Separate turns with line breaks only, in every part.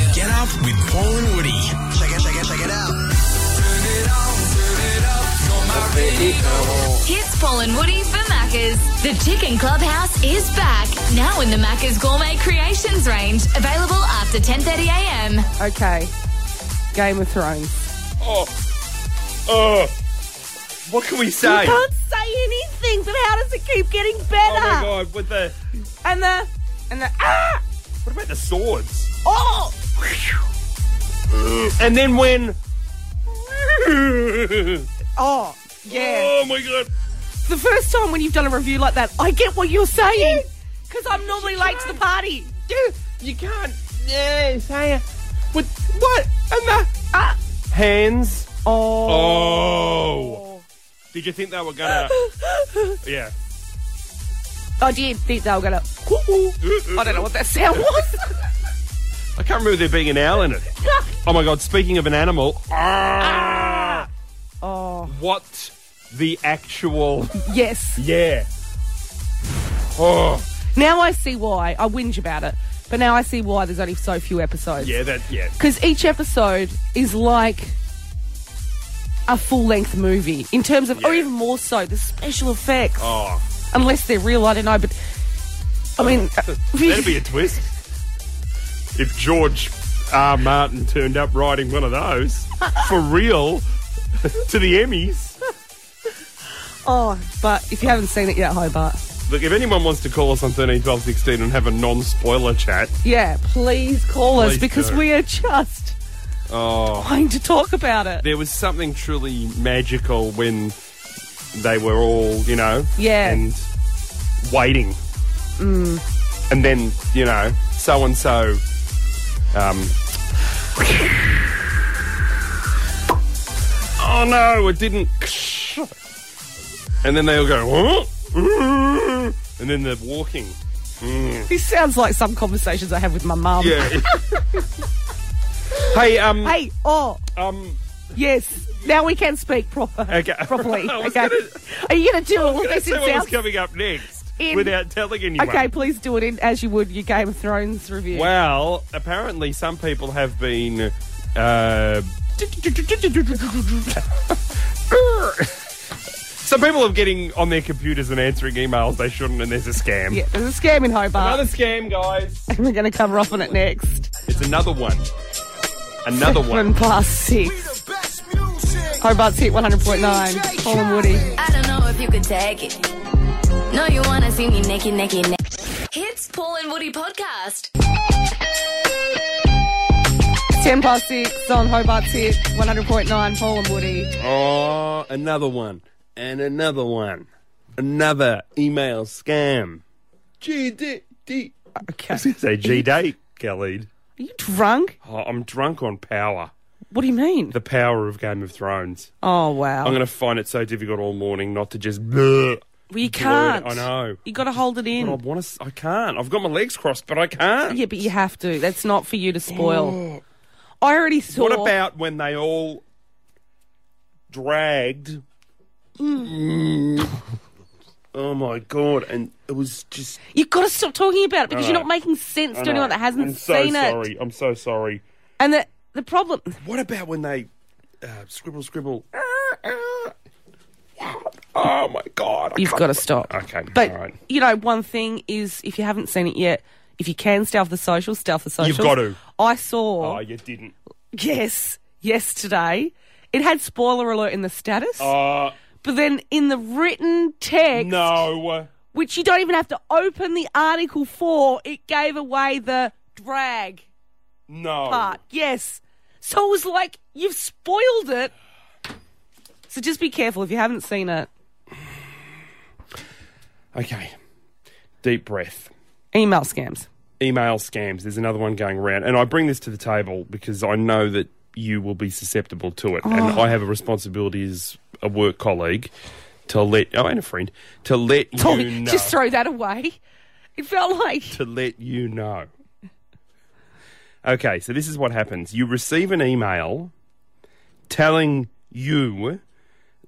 with Paul and Woody.
Check it, check it, check it out.
It's Paul and Woody for Maccas. The Chicken Clubhouse is back now in the Maccas Gourmet Creations range, available after 10:30 a.m.
Okay. Game of Thrones.
Oh, what can we say?
You can't say anything, but how does it keep getting
Oh my
better?
god, with the
and the and the ah
what about the swords?
oh
And then when
oh yeah.
Oh my god.
The first time when you've done a review like that, I get what you're saying because I'm normally late to the party.
Dude, you can't yeah, say it. With what? And the
Ah
hands.
oh.
Oh. Did you think they were gonna Yeah.
I did think they were gonna. I don't know what that sound was.
I can't remember there being an owl in it. Oh my god, speaking of an animal. Ah,
oh
What the actual
yes.
Yeah. Oh,
Now I see why I whinge about it, but now I see why there's only so few episodes.
yeah, that yeah.
Because each episode is like a full-length movie in terms of, or
Yeah.
even more so, the special effects.
Oh.
Unless they're real, I don't know. But I mean, uh,
That'd be a twist. If George R. Martin turned up riding one of those for real to the Emmys.
oh, but if you haven't seen it yet, Hobart,
Look, if anyone wants to call us on 13, 12, 16 and have a non spoiler chat,
yeah, please call us
Please
because
do. Oh.
we are just trying to talk about it.
there was something truly magical when they were all, you know,
Yeah.
and waiting. Mm. And then, you know, so and so. Um, oh no, it didn't. And then they all go, "Huh?" and then they're walking.
This sounds like some conversations I have with my mum.
Yeah. hey, um,
Hey, oh,
um,
yes. Now we can speak proper,
Okay.
properly.
I was
okay.
gonna-
Are you going to do all
I'm
of
gonna
this
say
in
what was
sound?
coming up next
In-
without telling anyone.
Okay, please do it in as you would your Game of Thrones review.
Well, apparently some people have been. Uh, some people are getting on their computers and answering emails they shouldn't, and there's a scam.
Yeah, there's a scam in
Another
Hobart.
scam, guys.
We're going to cover off on it next.
It's another one. Another
One
one.
past six.
The best music.
Hobart's hit 100.9. Paul and Woody.
I don't know if you could take it. No, you wanna see me naked, naked, naked. It's Paul and Woody podcast.
10 past six on Hobart's hit 100.9. Paul and Woody.
Oh, another one. And another one. Another email scam. G D D.
Okay.
I was going to say G D, Khalid.
Are you drunk?
Oh, I'm drunk on power.
What do you mean?
The power of Game of Thrones.
Oh, wow.
I'm going to find it so difficult all morning not to just. Bleh.
well, you can't.
I know.
you got to hold it in.
I want to. I can't. I've got my legs crossed, but I can't.
Yeah, but you have to. That's not for you to spoil. I already saw.
What about when they all dragged? Mm. Oh my god! And it was just.
You've got to stop talking about it because
I
you're
know.
not making sense to anyone that hasn't
I'm so
seen
sorry.
it.
I'm so sorry.
And the the problem.
What about when they uh, scribble, scribble? Ah, Oh my god! I
You've
can't-
got to stop.
Okay,
But
all right.
you know, one thing is if you haven't seen it yet, if you can stay off the social, stay off the social.
got to.
I
Oh,
saw
you didn't.
yes yesterday. It had spoiler alert in the status,
Uh,
but then in the written text,
no.
which you don't even have to open the article for, it gave away the drag.
No.
part. Yes. So it was like you've spoiled it. So just be careful if you haven't seen it.
Okay. Deep breath.
Email scams.
Email scams. There's another one going around. And I bring this to the table because I know that you will be susceptible to it. And I have a responsibility as a work colleague to let, oh, and a friend, to let you
Tommy,
know.
Oh, just throw that away. It felt like
to let you know. Okay, so this is what happens. You receive an email telling you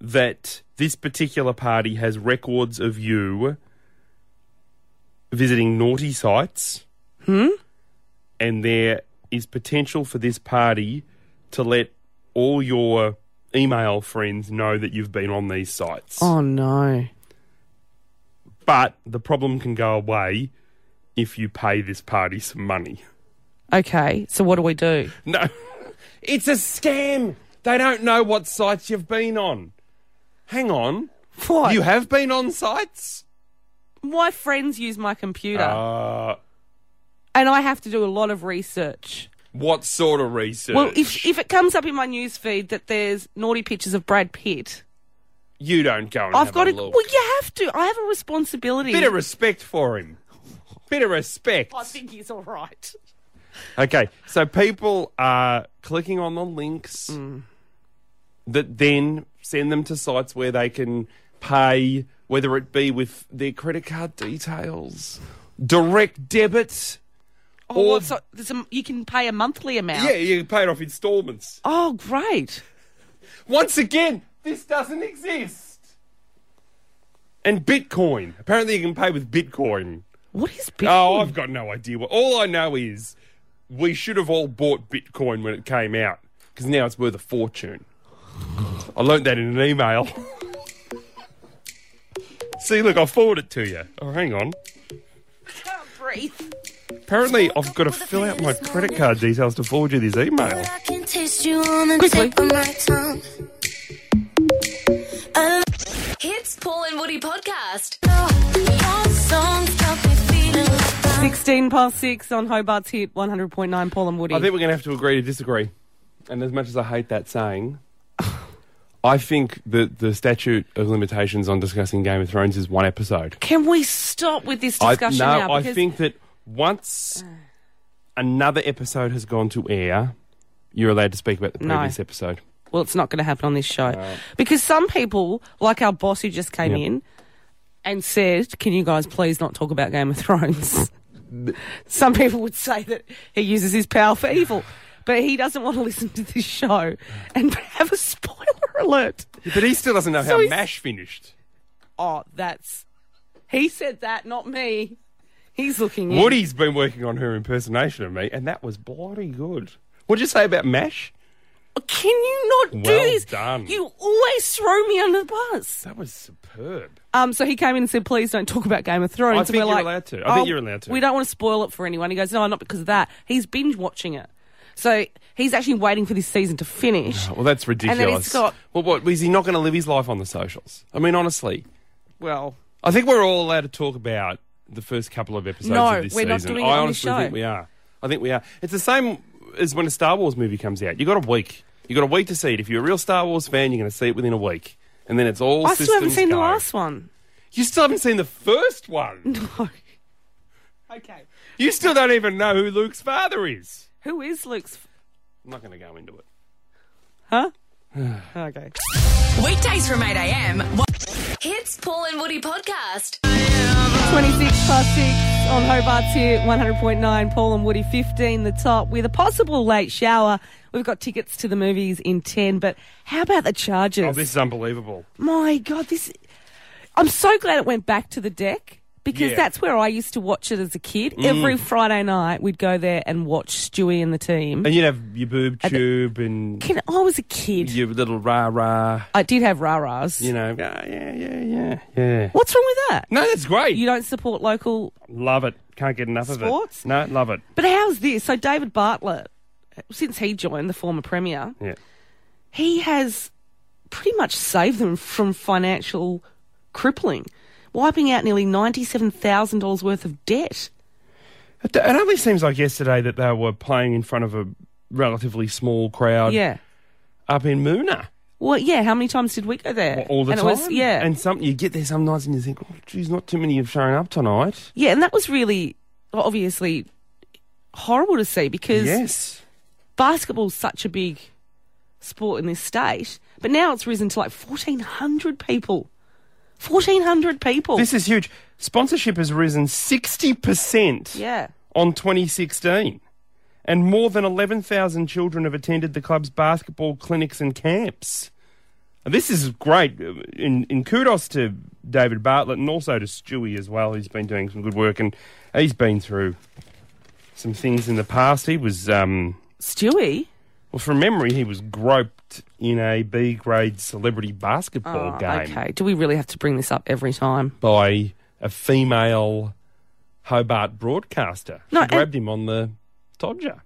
that this particular party has records of you visiting naughty sites. Hmm? And they're is potential for this party to let all your email friends know that you've been on these sites.
Oh no.
But the problem can go away if you pay this party some money.
Okay, so what do we do?
No. It's a scam. They don't know what sites you've been on. Hang on.
What?
You have been on sites?
my friends use my computer,
Uh,
and I have to do a lot of research.
what sort of research?
Well, if if it comes up in my newsfeed that there's naughty pictures of Brad Pitt,
you don't go and
I've
have
got
a
to.
look.
Well, you have to. I have a responsibility.
Bit of respect for him. Bit of respect.
I think he's all right.
Okay, so people are clicking on the links that then send them to sites where they can pay, whether it be with their credit card details, direct debit.
Oh,
Or-
well, so there's a, you can pay a monthly amount.
Yeah, you pay it off installments.
Oh, great.
Once again, this doesn't exist. And Bitcoin. Apparently, you can pay with Bitcoin.
What is Bitcoin?
Oh, I've got no idea. What, all I know is we should have all bought Bitcoin when it came out because now it's worth a fortune. I learnt that in an email. See, look, I'll forward it to you. Oh, hang on.
can't breathe.
Apparently, I've got to fill out my credit card details to forward you this email.
I can taste you on the
Quickly.
tip of my tongue. I
Hits Paul and Woody podcast.
love your songs, got me feeling like I'm
16 past 6 on Hobart's hit 100.9 Paul and Woody.
I think we're going to have to agree to disagree. And as much as I hate that saying, I think that the statute of limitations on discussing Game of Thrones is one episode.
Can we stop with this
I-
discussion
no,
now?
I
Because
think that once another episode has gone to air, you're allowed to speak about the
No.
previous episode.
well, it's not going to happen on this show. Because some people, like our boss who just came
Yep.
in and said, Can you guys please not talk about Game of Thrones? some people would say that he uses his power for evil, but he doesn't want to listen to this show and have a spoiler alert.
But he still doesn't know
So
how
he's-
Mash finished.
Oh, that's. He said that, not me. He's looking in.
Woody's been working on her impersonation of me, and that was bloody good. What'd you say about Mash?
Oh, Can you not do
Well
this?
done.
You always throw me under the bus.
That was superb.
Um, so he came in and said, "Please don't talk about Game of Thrones."
I
And
think
we're
you're
like, "Oh,
allowed to. I think you're allowed to.
We don't want to spoil it for anyone. He goes, "No, not because of that." He's binge watching it, so he's actually waiting for this season to finish.
Oh, Well, that's ridiculous.
it's got-
well, what is he not going to live his life on the socials? I mean, honestly,
Well,
I think we're all allowed to talk about the first couple of episodes
No,
of this
we're
season.
not doing it
I
on this
honestly
show.
think we are. I think we are. It's the same as when a Star Wars movie comes out. You got a week. You got a week to see it. If you're a real Star Wars fan, you're going to see it within a week, and then it's all.
I still haven't
systems
seen the
go.
last one.
You still haven't seen the first one.
No. okay.
you still don't even know who Luke's father is.
Who is Luke's? f-
I'm not going to go into it.
Huh? okay.
Weekdays from 8 a.m. Hits Paul and Woody podcast.
26 past 6 on Hobart's here, 100.9, Paul and Woody 15, the top, with a possible late shower. We've got tickets to the movies in 10, but how about the charges?
Oh, this is unbelievable.
My God, this. I'm so glad it went back to the deck because
Yeah. Mm.
that's where I used to watch it as a kid. Every Friday night, we'd go there and watch Stewie and the team.
And you'd have your boob
the-
tube and
Can- I was a kid.
your little rah rah.
I did have rah rahs.
You know, ah, yeah, yeah, yeah, yeah.
What's wrong with that?
No, that's great.
You don't support local
Love it. Can't get enough
Sports?
of it. No, love it.
But how's this? So David Bartlett, since he joined the former premier,
Yeah.
he has pretty much saved them from financial crippling, wiping out nearly ninety-seven thousand dollars worth of debt.
It, it only seems like yesterday that they were playing in front of a relatively small crowd
Yeah.
up in Moona
Well, yeah. How many times did we go there?
all the
and
time.
It was, yeah.
And some you get there some nights and you think, oh, geez, not too many have shown up tonight.
yeah, and that was really well, obviously horrible to see because
Yes.
basketball's such a big sport in this state, but now it's risen to like fourteen hundred people. Fourteen hundred people.
This is huge. Sponsorship has risen 60%
yeah.
on 2016. And more than 11,000 children have attended the club's basketball clinics and camps. This is great. In, in kudos to David Bartlett and also to Stewie as well, who's been doing some good work. And he's been through some things in the past. He was, um,
Stewie?
well, from memory, he was groped in a B grade celebrity basketball
Oh,
game
okay. Do we really have to bring this up every time?
by a female Hobart broadcaster.
No,
she
and-
grabbed him on the Todger.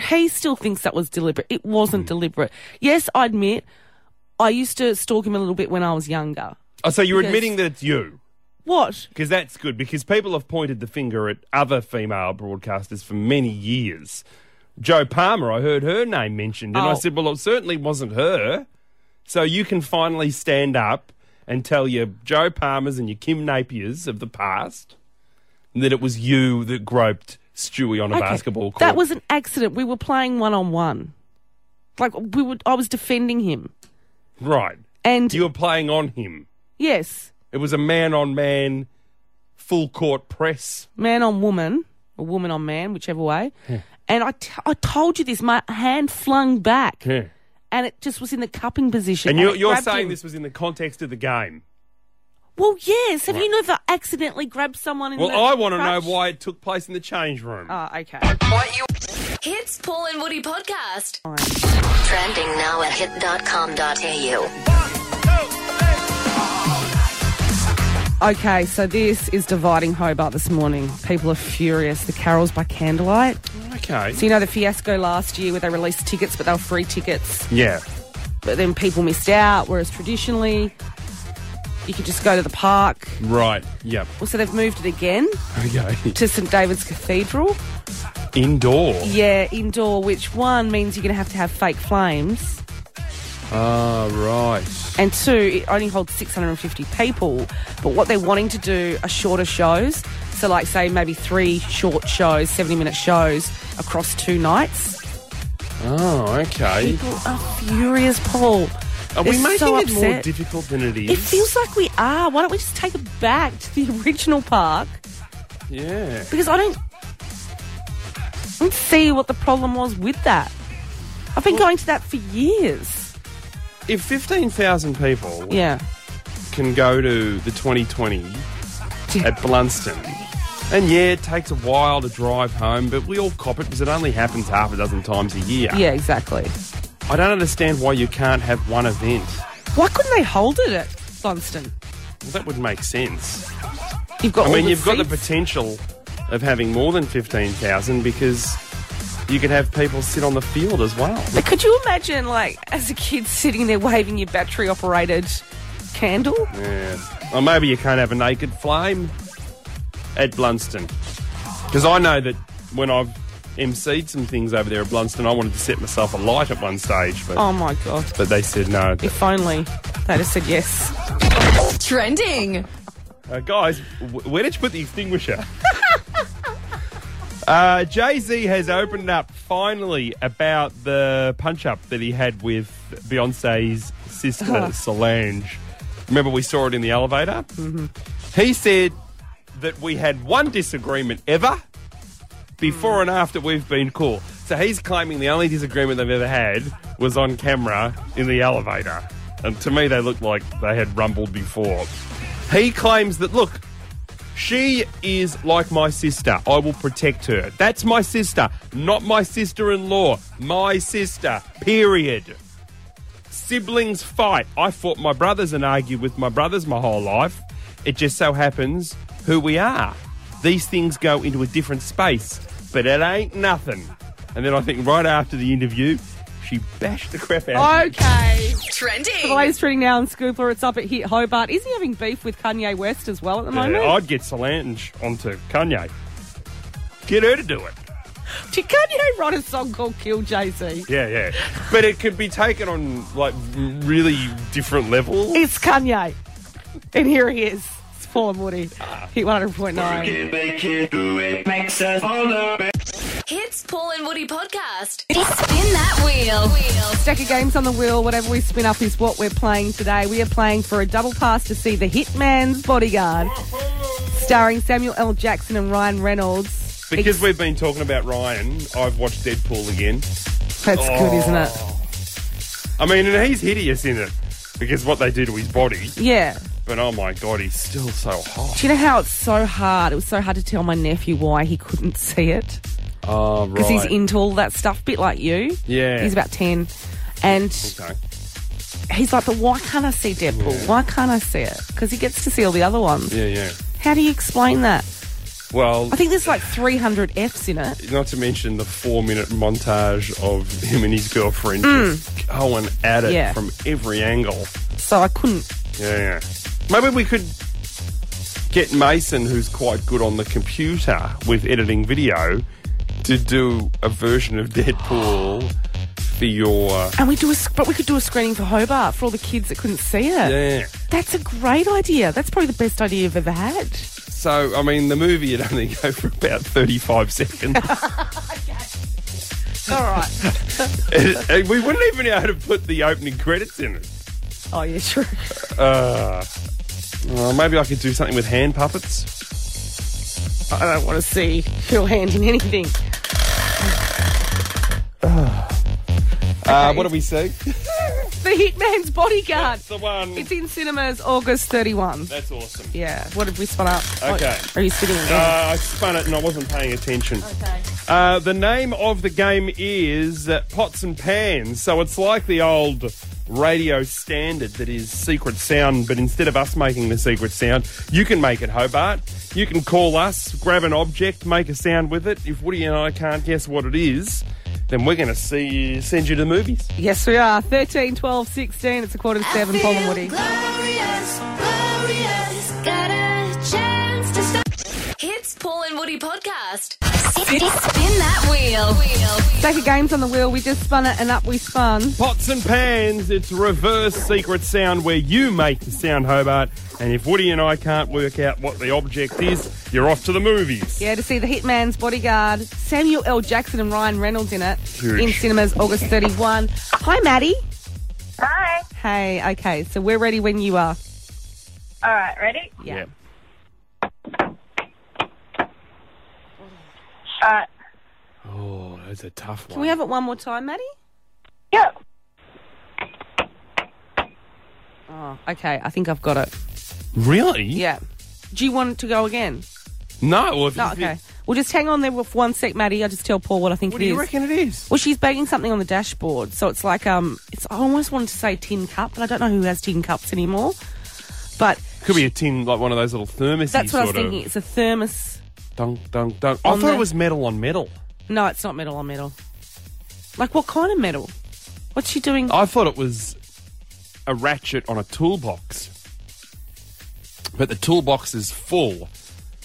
he still thinks that was deliberate. It wasn't
Mm.
deliberate. Yes, I admit, I used to stalk him a little bit when I was younger.
Oh, so you're
Because-
admitting that it's you.
What?
Because that's good, because people have pointed the finger at other female broadcasters for many years. Joe Palmer, I heard her name mentioned, and I
Oh.
said, well, it certainly wasn't her. So you can finally stand up and tell your Joe Palmers and your Kim Napiers of the past that it was you that groped Stewie on a
Okay.
basketball court.
That was an accident. We were playing one on one. Like we would, I was defending him,
right.
and
You were playing on him.
yes,
It was a man on man, full court press.
man on woman, or woman on man, whichever way. And I, t- I told you this. My hand flung back, and it just was in the cupping position.
And you're,
it
you're
grabbed
saying
him.
this was in the context of the game.
Well, yes. Have you never accidentally grabbed someone? In
Well,
the
I want to know
crotch?
why it took place in the change room.
Oh, okay.
Hits Paul and Woody podcast.
Trending now at hit.com.au.
Okay, so this is dividing Hobart this morning. People are furious. The carols by candlelight.
okay.
So you know the fiasco last year where they released tickets, but they were free tickets,
yeah.
but then people missed out. Whereas traditionally, you could just go to the park.
Right. Yep.
Well, so they've moved it again
Okay.
to St David's Cathedral.
Indoor.
Yeah, indoor, which one means you're going to have to have fake flames,
Ah, right.
and two, it only holds 650 people. But what they're wanting to do are shorter shows. So, like, say maybe three short shows, 70 minute shows across two nights.
Oh, okay.
People are furious, Paul.
Are we
They're
making
so
it more
upset.
difficult than it is?
It feels like we are. Why don't we just take it back to the original park?
Yeah.
Because I don't, I don't see what the problem was with that. I've been going to that for years.
If 15,000 people
Yeah.
can go to the 2020 at Blunston, and yeah, it takes a while to drive home, but we all cop it because it only happens half a dozen times a year.
Yeah, exactly.
I don't understand why you can't have one event.
Why couldn't they hold it at Blunston?
Well, that would make sense.
You've got.
I
all
mean,
the
you've got the
seats.
potential of having more than 15,000 because you could have people sit on the field as well.
But could you imagine, like, as a kid sitting there waving your battery-operated candle?
Yeah. Or maybe you can't have a naked flame at Blunston. Because I know that when I've emceed some things over there at Blunston, I wanted to set myself alight at one stage, but,
Oh my god!
but they said no.
If only they'd have said yes.
Trending.
Uh, guys, w- where did you put the extinguisher? uh, Jay Z has opened up finally about the punch up that he had with Beyonce's sister Solange. Remember, we saw it in the elevator? Mm-hmm. He said that we had one disagreement ever before and after we've been cool. So he's claiming the only disagreement they've ever had was on camera in the elevator. And to me, they looked like they had rumbled before. He claims that, look, she is like my sister. I will protect her. That's my sister, not my sister in law. My sister, period. Siblings fight. I fought my brothers and argued with my brothers my whole life. It just so happens who we are. These things go into a different space, but it ain't nothing. And then I think right after the interview, she bashed the crap out. of him.
Okay.
Trending.
The latest trending now on Scoopler, it's up at Hit Hobart. Is he having beef with Kanye West as well at the moment?
Yeah, I'd get Solange onto Kanye. Get her to do it. Oh.
Did Kanye write a song called Kill Jay Z?
Yeah, yeah. But it could be taken on like really different levels.
It's Kanye. And here he is. It's Paul and Woody. Hit 100.9.
Hits Paul and Woody podcast. Spin that wheel. Wheel.
Stack of games on the wheel. Whatever we spin up is what we're playing today. We are playing for a double pass to see The Hitman's Bodyguard, starring Samuel L. Jackson and Ryan Reynolds.
Because we've been talking about Ryan, I've watched Deadpool again.
That's good, isn't it?
I mean, and he's hideous in it because what they do to his body.
Yeah.
But oh my god, he's still so hot.
Do you know how it's so hard? It was so hard to tell my nephew why he couldn't see it.
Oh, right.
because he's into all that stuff, bit like you.
Yeah.
He's about 10. And
Okay.
he's like, but why can't I see Deadpool? Why can't I see it? Because he gets to see all the other ones.
Yeah, yeah.
How do you explain that?
Well,
I think there's like 300 Fs in it.
not to mention the four minute montage of him and his girlfriend just going at
Mm.
it
Yeah.
from every angle.
So I couldn't.
Yeah, yeah. Maybe we could get Mason, who's quite good on the computer with editing video, to do a version of Deadpool for your.
And we do a, sc- but we could do a screening for Hobart for all the kids that couldn't see it.
Yeah.
That's a great idea. That's probably the best idea you've ever had.
So, I mean, the movie would only go for about 35 seconds.
All right.
and, and we wouldn't even know how to put the opening credits in it.
oh, yeah, sure.
Uh, maybe I could do something with hand puppets.
I don't want to see your hand in anything.
Uh, what do we see?
The Hitman's Bodyguard.
the one.
It's in cinemas August 31.
That's awesome.
Yeah. What have we spun up? Oh,
Okay.
Are you sitting in
Uh,
there?
I spun it and I wasn't paying attention. Okay. Uh, the name of the game is uh, Pots and Pans. So it's like the old radio standard that is secret sound, but instead of us making the secret sound, you can make it, Hobart. You can call us, grab an object, make a sound with it. If Woody and I can't guess what it is, then we're going to see send you to the movies.
Yes, we are. 13, 12, 16. It's a quarter to seven. Paul and Woody.
Hits Paul and Woody podcast. Spin, spin that wheel. wheel.
Stack of games on the wheel. We just spun it and up we spun.
Pots and Pans, it's reverse secret sound where you make the sound, Hobart. And if Woody and I can't work out what the object is, you're off to the movies.
Yeah, to see The Hitman's Bodyguard. Samuel L. Jackson and Ryan Reynolds in it.
Huge.
In cinemas August 31. Hi, Maddie.
Hi.
Hey, okay. So we're ready when you are.
All right, ready?
Yeah.
All right.
Oh, that's a tough one.
Can we have it one more time, Maddie?
Yep.
Oh, okay. I think I've got it.
really?
Yeah. Do you want it to go again?
No. Well, if
No,
you think-
okay. Well, just hang on there with one sec, Maddie. I'll just tell Paul what I think
What
it
do you
is.
reckon it is?
Well, she's banging something on the dashboard, so it's like um, it's. I almost wanted to say tin cup, but I don't know who has tin cups anymore. But
Could be a tin, like one of those little thermoses.
that's what I was
sort
thinking. It's a thermos.
Of. Dunk, dunk, dunk. I
On
thought
the-
it was metal on metal.
No, it's not metal on metal. Like what kind of metal? What's she doing?
I thought it was a ratchet on a toolbox. But the toolbox is full,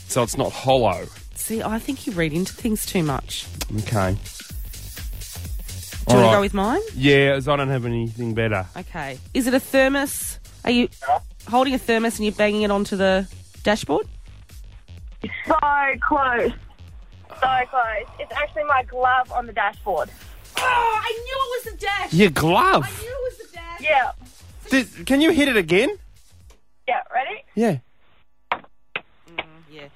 so it's not hollow.
See, I think you read into things too much.
Okay.
Do you
All
want
right.
to go with mine?
Yeah, as I don't have anything better.
Okay. Is it a thermos? Are you holding a thermos and you're banging it onto the dashboard?
So close. So close. It's actually my glove on the dashboard.
Oh, I knew it was the dash.
Your glove.
knew it was the dash.
Yeah.
Did- can you hit it again?
Yeah, ready?
Yeah.
Mm, Yeah.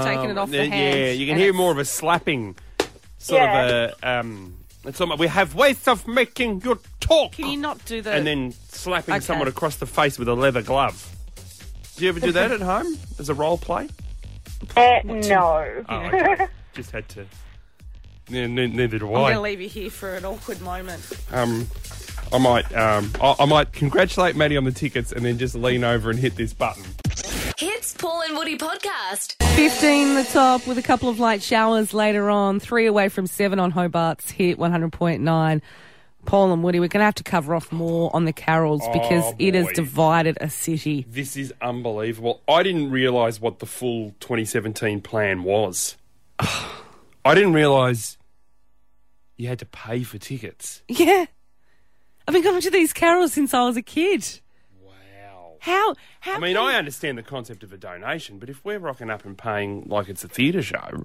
She's
taking it off the
Um, Yeah,
hand
you can
and
hear
it's-
more of a slapping. Sort
Yeah.
of a. Um, it's almost, we have ways of making you talk.
Can you not do the?
and then slapping
Okay.
someone across the face with a leather glove. Do you ever do that at home as a role play?
Uh, no.
Oh, okay. Just had to. Ne- ne- neither do
I'm
I.
going to leave you here for an awkward moment.
um, I might, um, I, I might congratulate Maddie on the tickets and then just lean over and hit this button.
Hits Paul and Woody podcast.
15 the top with a couple of light showers later on. Three away from seven on Hobart's hit 100.9. Paul and Woody, we're going to have to cover off more on the carols because it has
Oh, boy.
divided a city.
This is unbelievable. I didn't realise what the full 2017 plan was. I didn't realise you had to pay for tickets.
Yeah. I've been coming to these carols since I was a kid.
Wow.
How? how
I mean,
can-
I understand the concept of a donation, but if we're rocking up and paying like it's a theatre show,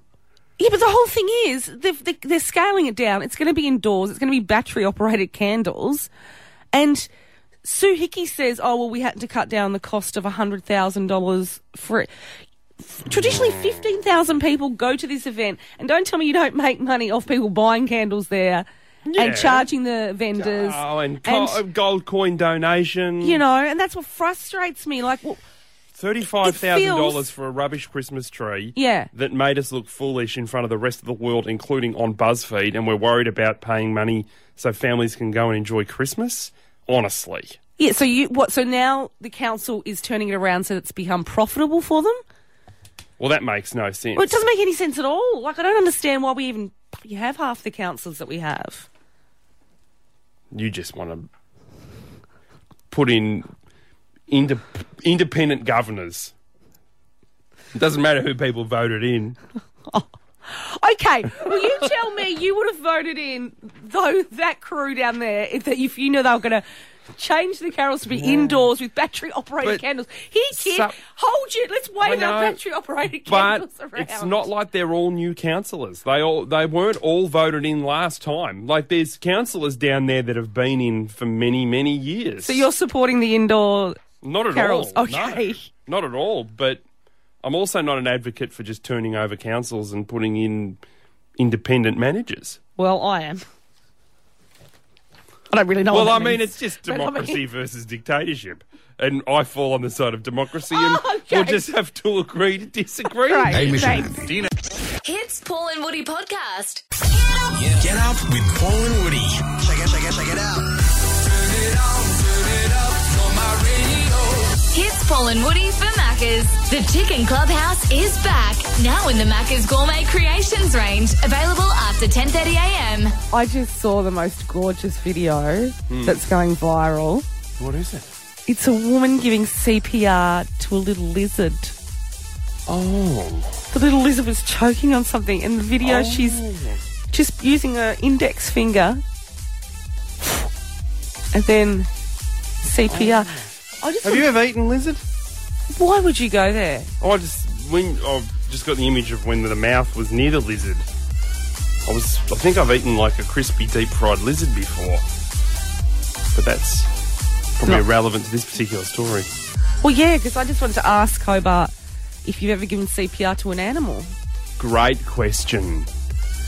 Yeah, but the whole thing is they've, they- they're scaling it down. It's going to be indoors. It's going to be battery operated candles, and Sue Hickey says, "Oh well, we had to cut down the cost of hundred thousand dollars for it." Traditionally, fifteen thousand people go to this event, and don't tell me you don't make money off people buying candles there
Yeah.
and charging the vendors.
oh, and, co- gold coin donation.
you know, and that's what frustrates me. Like, well,
$35,000
feels-
for a rubbish Christmas tree
Yeah.
that made us look foolish in front of the rest of the world, including on BuzzFeed, and we're worried about paying money so families can go and enjoy Christmas? Honestly.
Yeah, so you what so now the council is turning it around so it's become profitable for them?
Well, that makes no sense.
Well, it doesn't make any sense at all. Like I don't understand why we even you have half the councils that we have.
you just want to put in inde- independent governors. It doesn't matter who people voted in.
Okay, well you tell me you would have voted in though that crew down there if that if you knew they were going to change the carols to be indoors with battery operated
But
candles. Here, kid,
some-
hold you. Let's
I
wave our
know,
battery operated
But
candles around.
it's not like they're all new councillors. They all they weren't all voted in last time. Like there's councillors down there that have been in for many many years.
So you're supporting the indoor.
not at
Carols,
all.
okay.
No, not at all. But I'm also not an advocate for just turning over councils and putting in independent managers.
Well, I am. I don't really know.
Well,
what
I
that
mean,
means.
it's just
But I mean-
democracy versus dictatorship. And I fall on the side of democracy, and
Oh,
we'll
okay.
just have to agree to disagree.
Right,
Amy
thanks.
Shannon.
Hits Paul and Woody podcast.
Get up with Paul and Woody. Check it, check it, check it out.
Hits Paul and Woody for Maccas. The Chicken Clubhouse is back now in the Maccas Gourmet Creations range, available after 10:30 a.m.
I just saw the most gorgeous video that's going viral.
Hmm. What is it?
It's a woman giving CPR to a little lizard.
Oh,
The little lizard was choking on something. In the video, she's just using her index finger and then CPR. I just
have you ever eaten lizard?
why would you go there?
Oh, I just when I've just got the image of when the mouth was near the lizard. I was, I think I've eaten like a crispy deep fried lizard before, but that's probably irrelevant to this particular story.
Well, yeah, because I just wanted to ask Hobart if you've ever given CPR to an animal.
Great question.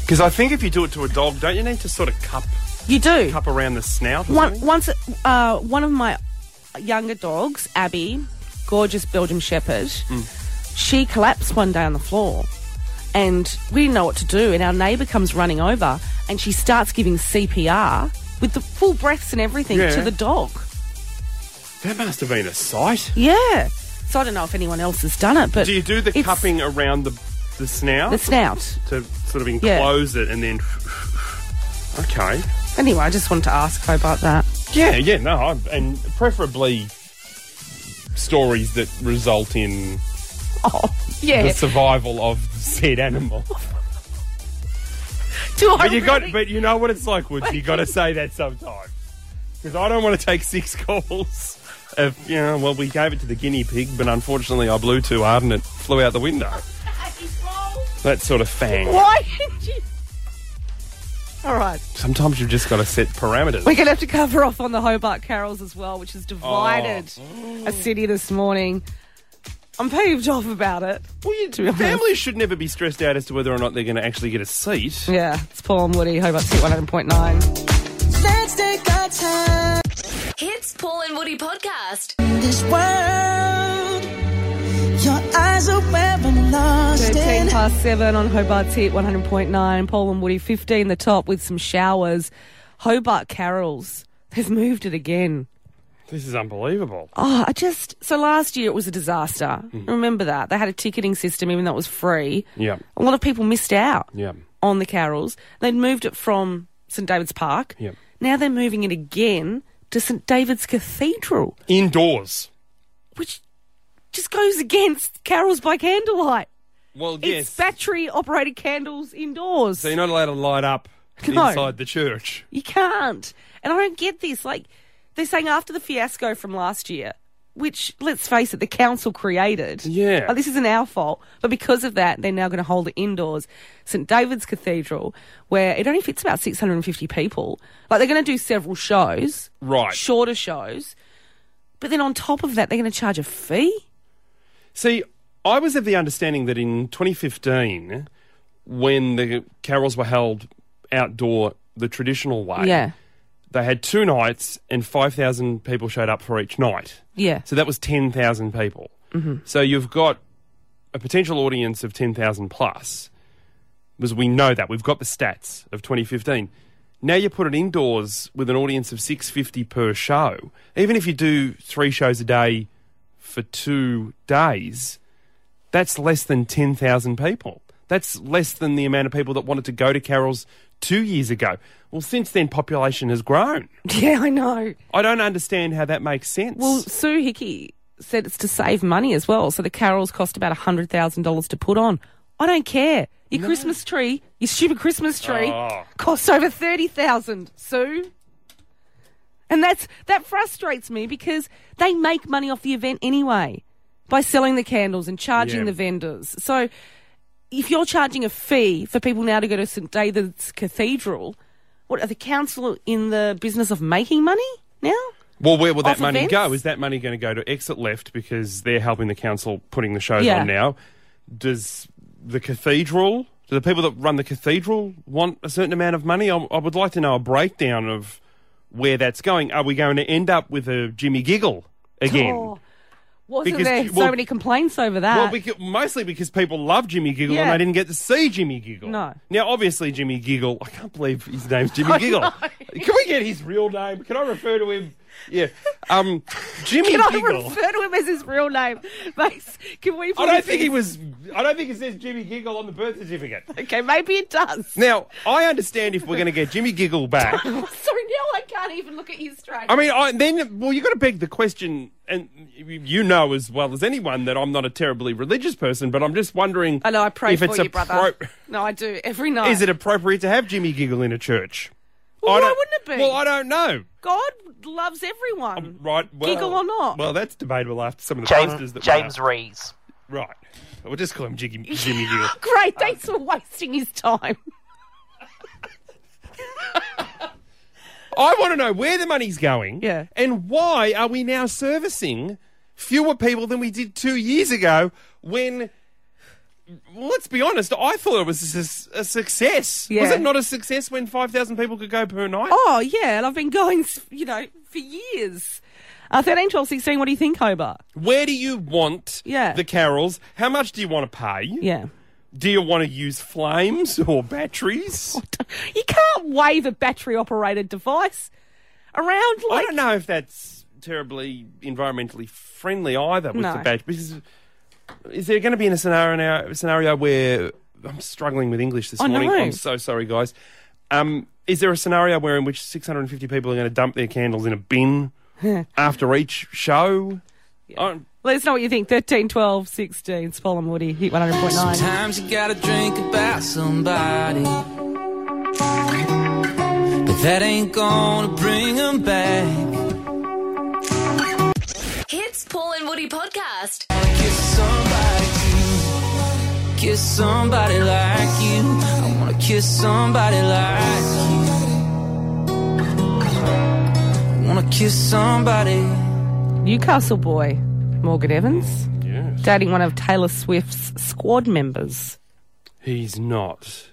Because I think if you do it to a dog, don't you need to sort of cup
You do.
cup around the snout? or
One,
something?
once, uh, one of my younger dogs, Abby, gorgeous Belgian Shepherd,
Mm.
she collapsed one day on the floor. And we didn't know what to do. And our neighbour comes running over and she starts giving CPR with the full breaths and everything
Yeah.
to the dog.
That must have been a sight.
Yeah. So I don't know if anyone else has done it, but.
Do you do the
it's
cupping around the the snout
The snout.
to sort of
Yeah.
enclose it and then? Okay.
Anyway, I just wanted to ask Hobart that.
Yeah, yeah, no, I, and preferably stories that result in
Oh, yeah.
the survival of said animal.
do I
But you got,
really-
but you know what it's like, Woods. You got to say that sometimes because I don't want to take six calls. If you know, well, we gave it to the guinea pig, but unfortunately, I blew too hard and it flew out the window. That sort of thing.
Why did you. All right.
Sometimes you've just got to set parameters.
We're going to have to cover off on the Hobart Carols as well, which has divided
Oh.
a city this morning. I'm peeved off about it.
Well, you,
To be honest.
families should never be stressed out as to whether or not they're going to actually get a seat.
Yeah, it's Paul and Woody, Hobart City 100.9.
Let's take our time.
Hits Paul and Woody podcast.
This world, your eyes are where I'm lost
13
in.
past 7 on Hobart's hit 100.9. Paul and Woody 15 the top with some showers. Hobart Carols has moved it again.
This is unbelievable.
Oh, I just. So last year it was a disaster. Remember that. They had a ticketing system, even though it was free.
Mm. Yeah.
A lot of people missed out.
Yeah.
on the Carols. They'd moved it from St David's Park.
Yep.
Now they're moving it again to St David's Cathedral,
Indoors.
which just goes against Carols by candlelight.
Well,
It's battery operated candles indoors.
so you're not allowed to light up
No.
inside the church.
You can't. And I don't get this. Like, they're saying after the fiasco from last year, which, let's face it, the council created.
Yeah.
Like, this isn't our fault. But because of that, they're now going to hold it indoors. St. David's Cathedral, where it only fits about 650 people. Like, they're going to do several shows,
Right.
shorter shows. But then on top of that, they're going to charge a fee?
See, I was of the understanding that in 2015, when the carols were held outdoor the traditional way,
Yeah.
they had two nights and 5,000 people showed up for each night.
Yeah.
So that was 10,000 people. So you've got a potential audience of 10,000 plus, because we know that. We've got the stats of 2015. Now you put it indoors with an audience of 650 per show. Even if you do three shows a day for two days, that's less than 10,000 people. That's less than the amount of people that wanted to go to Carol's two years ago. Well, since then, population has grown.
Yeah, I know.
I don't understand how that makes sense.
Well, Sue Hickey said it's to save money as well. So the carols cost about $100,000 to put on. I don't care. Your Christmas tree, your stupid Christmas tree,
Oh.
costs over 30000 Sue. And that's that frustrates me because they make money off the event anyway by selling the candles and charging
Yeah.
the vendors. So if you're charging a fee for people now to go to St David's Cathedral, what are the council in the business of making money now?
Well, where will
Off
that money
events?
go? Is that money going to go to Exit Left because they're helping the council putting the shows
Yeah.
on now? Does the cathedral, do the people that run the cathedral want a certain amount of money? I, I would like to know a breakdown of where that's going. Are we going to end up with a Jimmy Giggle again?
Oh, wasn't
Because-
there
well-
so many complaints over that?
Well, because, mostly because people love Jimmy Giggle and
Yeah.
I didn't get to see Jimmy Giggle.
No.
Now, obviously, Jimmy Giggle, I can't believe his name's Jimmy Giggle. Can we get his real name? Can I refer to him? Yeah. Um, Jimmy
Can I
Giggle.
refer to him as his real name? Mace, can we?
I don't think he was. I don't think it says Jimmy Giggle on the birth certificate.
Okay, maybe it does.
Now, I understand if we're going to get Jimmy Giggle back.
Sorry, now I can't even look at you straight.
I mean, I, then, well, you've got to beg the question, and you you know as well as anyone that I'm not a terribly religious person, but I'm just wondering.
I know. I pray
if
for
it's
you,
appro-
brother. No, I do every night.
Is it appropriate to have Jimmy Giggle in a church?
Well,
I
why
don't-
wouldn't it be?
Well, I don't know.
God loves everyone,
Right. Well,
Giggle or not?
Well, that's debatable after some of the posters
James,
that
James
went up.
Rees.
Right. We'll just call him Jiggy, Jimmy Giggle.
Great,
Uh,
thanks for wasting his time.
I want to know where the money's going.
Yeah.
And why are we now servicing fewer people than we did two years ago when. Well, let's be honest. I thought it was a, sus- a success. Was
Yeah.
it not a success when five thousand people could go per night?
Oh yeah, and I've been going, s- you know, for years. Uh, 13, 12, 16, What do you think, Hobart?
Where do you want
Yeah.
the carols? How much do you want to pay?
Yeah.
Do you want to use flames or batteries?
You can't wave a battery operated device around
I
like
don't know if that's terribly environmentally friendly either with
No.
the badge. Because is there going to be in a scenario now, scenario where I'm struggling with English this
I
morning?
know.
I'm so sorry, guys. Um, is there a scenario where in which 650 people are going to dump their candles in a bin after each show? Oh, I'm-
Let us know what you think. 13, 12, 16. Spall and Woody, hit 100.9.
Sometimes you gotta drink about somebody. But that ain't gonna bring them back.
Hits Paul and Woody podcast.
Kiss somebody too. Kiss somebody like you. I wanna kiss somebody like you. Wanna kiss somebody.
Newcastle boy, Morgan Evans,
yes.
dating one of Taylor Swift's squad members.
He's not.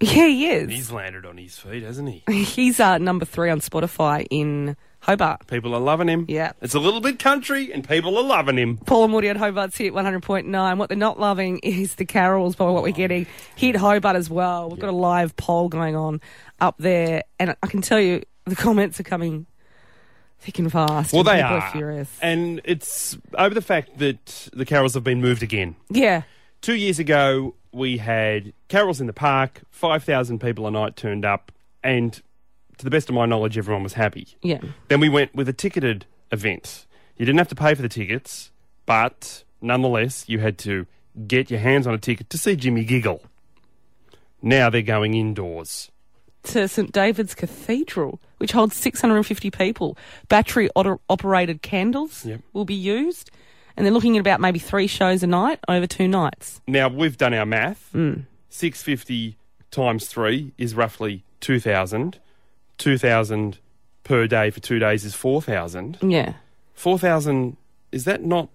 Yeah, he is.
He's landed on his feet, hasn't he?
He's, uh, number three on Spotify in Hobart.
People are loving him.
Yeah.
It's a little bit country, and people are loving him.
Paul and Woody at Hobart's hit 100.9. What they're not loving is the carols, but what we're getting hit Hobart as well. We've got a live poll going on up there, and I can tell you the comments are coming thick and fast.
Well,
and
they
people
are.
furious.
And it's over the fact that the carols have been moved again.
Yeah.
Two years ago, we had carols in the park, 5,000 people a night turned up, and to the best of my knowledge, everyone was happy.
Yeah.
Then we went with a ticketed event. You didn't have to pay for the tickets, but nonetheless, you had to get your hands on a ticket to see Jimmy Giggle. Now they're going indoors.
to St David's Cathedral, which holds 650 people. Battery auto- operated candles
Yep.
will be used, and they're looking at about maybe three shows a night over two nights.
Now we've done our math.
Mm.
Six fifty times three is roughly two thousand. Two thousand per day for two days is four thousand.
Yeah.
Four thousand is that not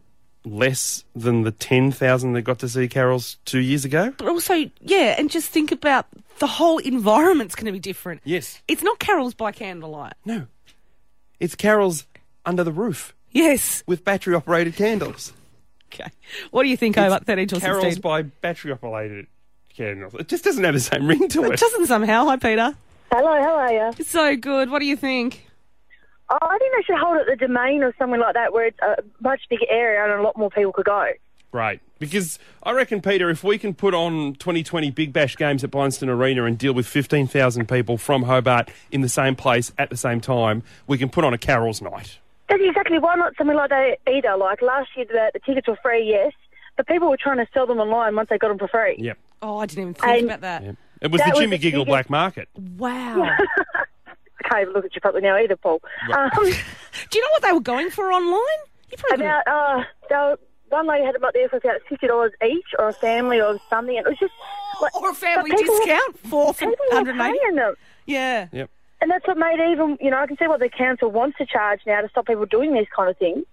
less than the ten thousand that got to see Carol's two years ago?
But also, yeah, and just think about the whole environment's going to be different.
Yes.
It's not carols by candlelight.
No. It's Carol's under the roof
Yes.
with battery operated candles.
Okay. What do you think, over 13 till
Carols
16?
by battery operated candles. It just doesn't have the same ring to
It
it.
doesn't somehow. Hi, Peter.
Hello, how are you?
It's so good. What do you think?
Oh, I think they should hold it at the domain or somewhere like that where it's a much bigger area and a lot more people could go.
Great. Because I reckon, Peter, if we can put on 2020 Big Bash games at Blunston Arena and deal with 15,000 people from Hobart in the same place at the same time, we can put on a Carol's night.
That's exactly why not something like that either. Like last year, the, the tickets were free, yes, but people were trying to sell them online once they got them for free.
Yep.
Oh, I didn't even think
Um,
about that.
yep. It was
That
the
was
Jimmy
the
Giggle
biggest-
black market.
Wow.
I can't even look at you properly now either, Paul. Um,
do you know what they were going for online? You probably
about uh, they were, one lady had them up there for about fifty dollars each, or a family, or something, and it was just like,
couldn't- or a family
but people were-
discount for
people were
180.
paying them.
Yeah.
Yep.
And that's what made even, you know, I can see what the council wants to charge now to stop people doing these kind of things.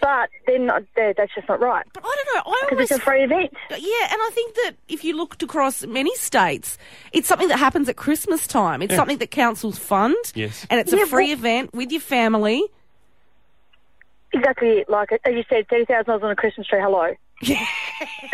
But they're not, they're, that's just not right.
But I don't know. I
Because
always
it's a free event.
Yeah, and I think that if you looked across many states, it's something that happens at Christmas time. It's something that councils fund.
Yes.
And it's a free event with your family.
Exactly it. Like, as you said, $30,000 on a Christmas tree, hello.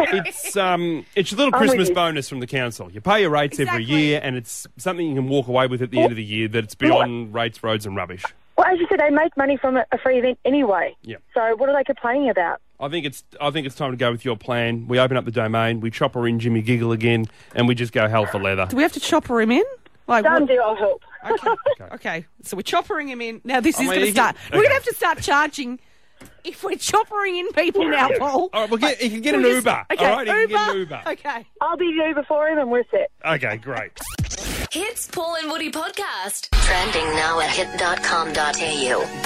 It's um, it's your little
I'm with
Christmas
you.
bonus from the council. You pay your rates every
Exactly.
year, and it's something you can walk away with at the end of the year that it's beyond rates, roads, and rubbish.
Well, as you said, they make money from a, a free event anyway.
Yeah.
So what are they complaining about?
I think it's I think it's time to go with your plan. We open up the domain, we chop her in Jimmy Giggle again, and we just go hell for leather.
Do we have to chopper him in? Like
Done
what-
deal, I'll help.
Okay, so we're choppering him in. Now this
I
is
mean,
going to
he-
start. We're going
okay.
to have to start charging if we're choppering in people now, Paul.
All right, we'll get, you can get an
We'll just-
Uber.
Okay,
all right, you
Uber.
can get an Uber.
Okay.
I'll be the Uber for him and we're set.
Okay, great.
Hits Paul and Woody podcast.
Trending now at hit.com.au.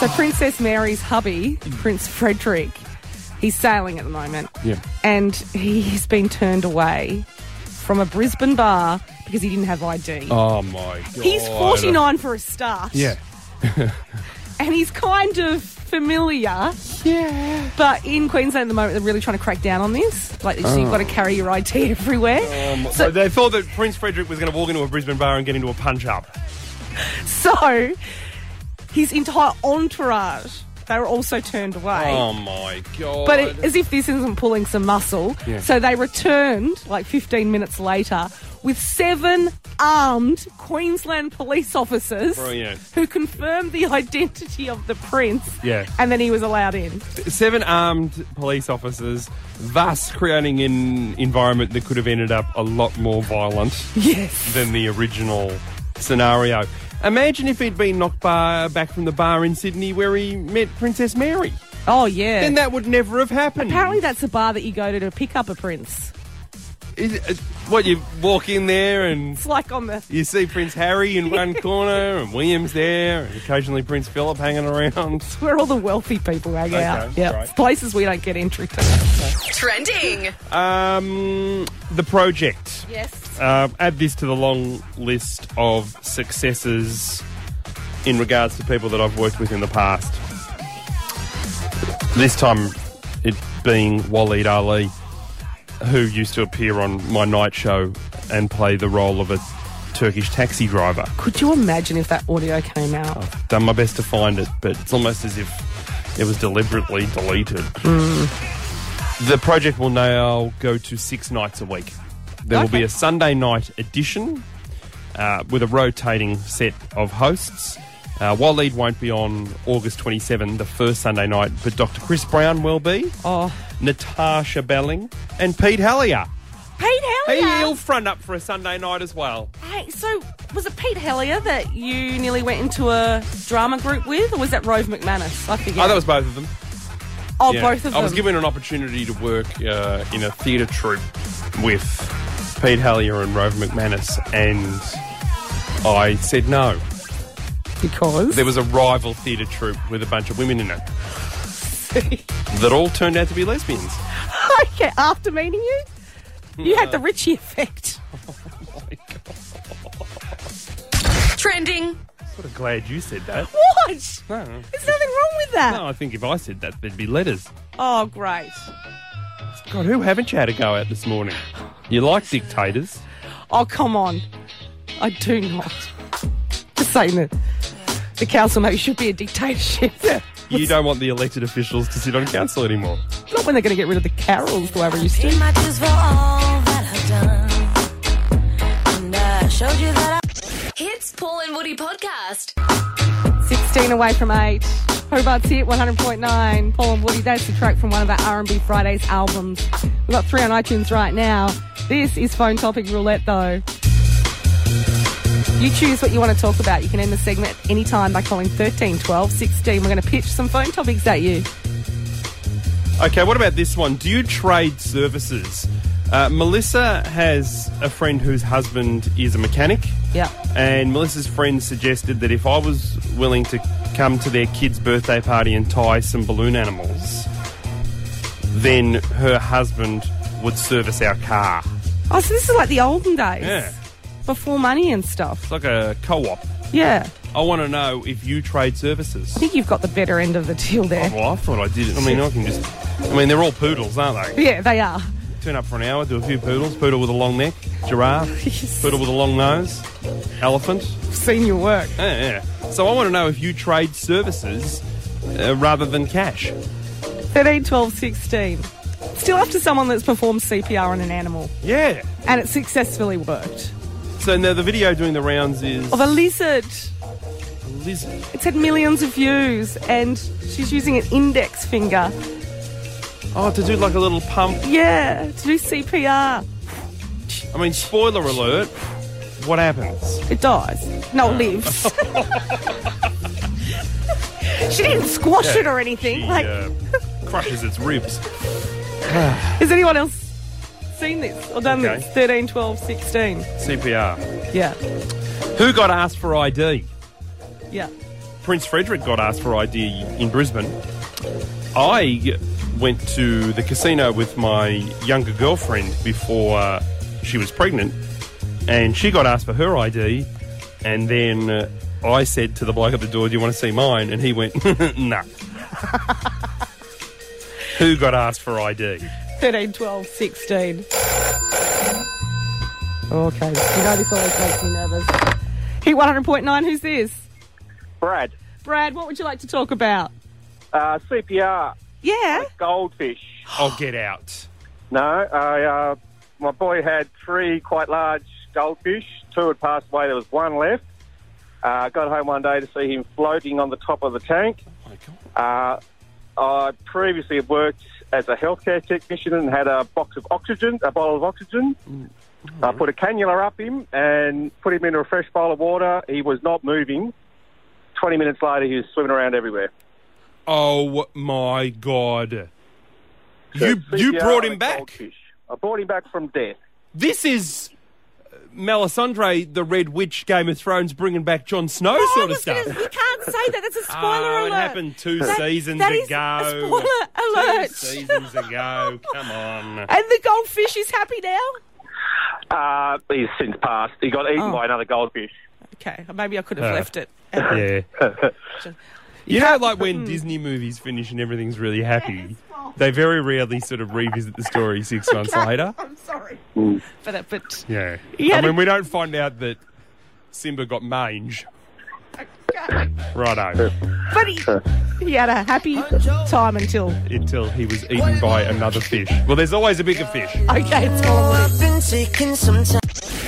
So Princess Mary's hubby, Prince Frederick, he's sailing at the moment.
Yeah.
And he's been turned away from a Brisbane bar because he didn't have ID.
Oh my god.
He's 49 for a start.
Yeah.
And he's kind of familiar. Yeah. But in Queensland at the moment, they're really trying to crack down on this. Like, so you've got to
Oh.
carry your ID everywhere.
So Oh, they thought that Prince Frederick was going to walk into a Brisbane bar and get into a punch up.
So his entire entourage, they were also turned away.
Oh my god.
But it, as if this isn't pulling some muscle.
Yeah.
So they returned like 15 minutes later with seven armed Queensland police officers
Brilliant.
who confirmed the identity of the prince.
Yeah.
And then he was allowed in.
seven armed police officers, thus creating an environment that could have ended up a lot more violent
Yes.
than the original scenario. Imagine if he'd been knocked bar, back from the bar in Sydney where he met Princess Mary.
Oh, yeah.
Then that would never have happened.
Apparently, that's a bar that you go to to pick up a prince.
Is it- is- what you walk in there and
It's like on the.
you see Prince Harry in one corner and William's there, and occasionally Prince Philip hanging around.
Where all the wealthy people hang
Okay,
out. Yeah.
right.
It's Places we don't get entry to.
Trending.
Um, the project.
Yes.
Uh, add this to the long list of successes in regards to people that I've worked with in the past. This time, it being Waleed Ali, who used to appear on my night show and play the role of a Turkish taxi driver.
Could you imagine if that audio came out?
Done my best to find it, but it's almost as if it was deliberately deleted. The project will now go to six nights a week. There will be a Sunday night edition uh, with a rotating set of hosts. Uh, Waleed won't be on August 27, the first Sunday night, but Dr. Chris Brown will be,
Oh.
Natasha Belling, and Pete Hallier.
Pete
He,
Hellier!
He'll front up for a Sunday night as well.
Hey, so was it Pete Hellier that you nearly went into a drama group with, or was that Rove McManus? I forget.
Oh, that was both of them.
oh
Yeah.
both of them.
I was given an opportunity to work uh, in a theatre troupe with Pete Hallier and Rover McManus, and I said no.
because
There was a rival theatre troupe with a bunch of women in it that all turned out to be lesbians.
okay. After meeting you, you had
Uh,
the Richie effect.
Trending.
Sort of glad you said that.
What? There's nothing wrong with that.
No, I think if I said that, there'd be letters.
Oh, great.
God, who haven't you had a go at this morning? You like dictators?
Oh, come on. I do not. Just saying that the council maybe should be a dictatorship.
you don't want the elected officials to sit on council anymore.
Not when they're going to get rid of the carols, do I ever used to.
my tears for all that I've done. And I showed you that I.
Hits Paul and Woody podcast.
16 away from 8. Hobart's hit 100.9. Paul and Woody, that's the track from one of our R&B Fridays albums. We've got three on iTunes right now. This is Phone Topic Roulette, though. You choose what you want to talk about. You can end the segment anytime by calling 13 12 16. We're going to pitch some phone topics at you.
Okay, what about this one? Do you trade services? Uh, Melissa has a friend whose husband is a mechanic.
Yeah.
And Melissa's friend suggested that if I was willing to come to their kid's birthday party and tie some balloon animals, then her husband would service our car.
Oh, so this is like the olden days.
Yeah.
Before money and stuff.
It's like a co op.
Yeah.
I want to know if you trade services.
I think you've got the better end of the deal there.
Well, I thought I did it. I mean, I can just. I mean, they're all poodles, aren't they?
Yeah, they are.
Turn up for an hour, do a few poodles. Poodle with a long neck, giraffe, poodle with a long nose, elephant.
I've seen your work.
Yeah, yeah. So I want to know if you trade services uh, rather than cash.
13, 12, 16. Still after someone that's performed CPR on an animal
Yeah.
and it successfully worked.
So now the video doing the rounds is
Of a lizard.
lizard.
It's had millions of views and she's using an index finger.
Oh, to do like a little pump.
Yeah, to do CPR.
I mean, spoiler alert. What happens?
It dies. No, it lives. she didn't squash it or anything.
He
like,
uh, crushes its ribs.
has anyone else seen this or done
Okay.
this? 13, 12, 16.
CPR.
Yeah,
Who got asked for ID?
yeah.
Prince Frederick got asked for ID in Brisbane. I went to the casino with my younger girlfriend before uh, she was pregnant, and she got asked for her ID, and then uh, I said to the bloke at the door, "Do you want to see mine?" And he went, "Nah." Who got asked for ID?
13, 12, 16. Okay, you know this always makes me nervous. Heat 100.9, who's this?
Brad,
Brad, what would you like to talk about?
uh, CPR,
Yeah.
goldfish.
Oh, get out!
No, I, uh, my boy had three quite large goldfish. Two had passed away. There was one left. Uh, got home one day to see him floating on the top of the tank.
Oh, my God.
Uh, I previously had worked as a healthcare technician and had a box of oxygen, a bottle of oxygen.
Mm,
I put a cannula up him and put him into a fresh bowl of water. He was not moving. 20 minutes later, he was swimming around everywhere.
Oh my God! You
So
you
CPR
brought him
on a
back.
goldfish. I brought him back from death.
This is uh, Melisandre, the Red Witch, Game of Thrones, bringing back Jon
Oh,
Snow
I
sort of
was gonna-
stuff.
you can't say that. That's a spoiler
oh,
alert.
it happened two
That-
seasons
that
ago.
is a spoiler alert.
Two seasons ago. Come on.
And the goldfish is happy now?
Uh, he's since passed. He got eaten
Oh.
by another goldfish.
Okay, maybe I could have
Uh.
left it.
Yeah. You know, like
Hmm.
when Disney movies finish and everything's really happy, they very rarely sort of revisit the story six months later.
I'm sorry. But, uh, but
Yeah.
He
I
had
mean,
a-
we don't find out that Simba got mange.
Oh,
Righto.
but he, he had a happy time until.
Until he was eaten by another fish. Well, there's always a bigger fish.
Okay, it's gone.
I've been taking some time.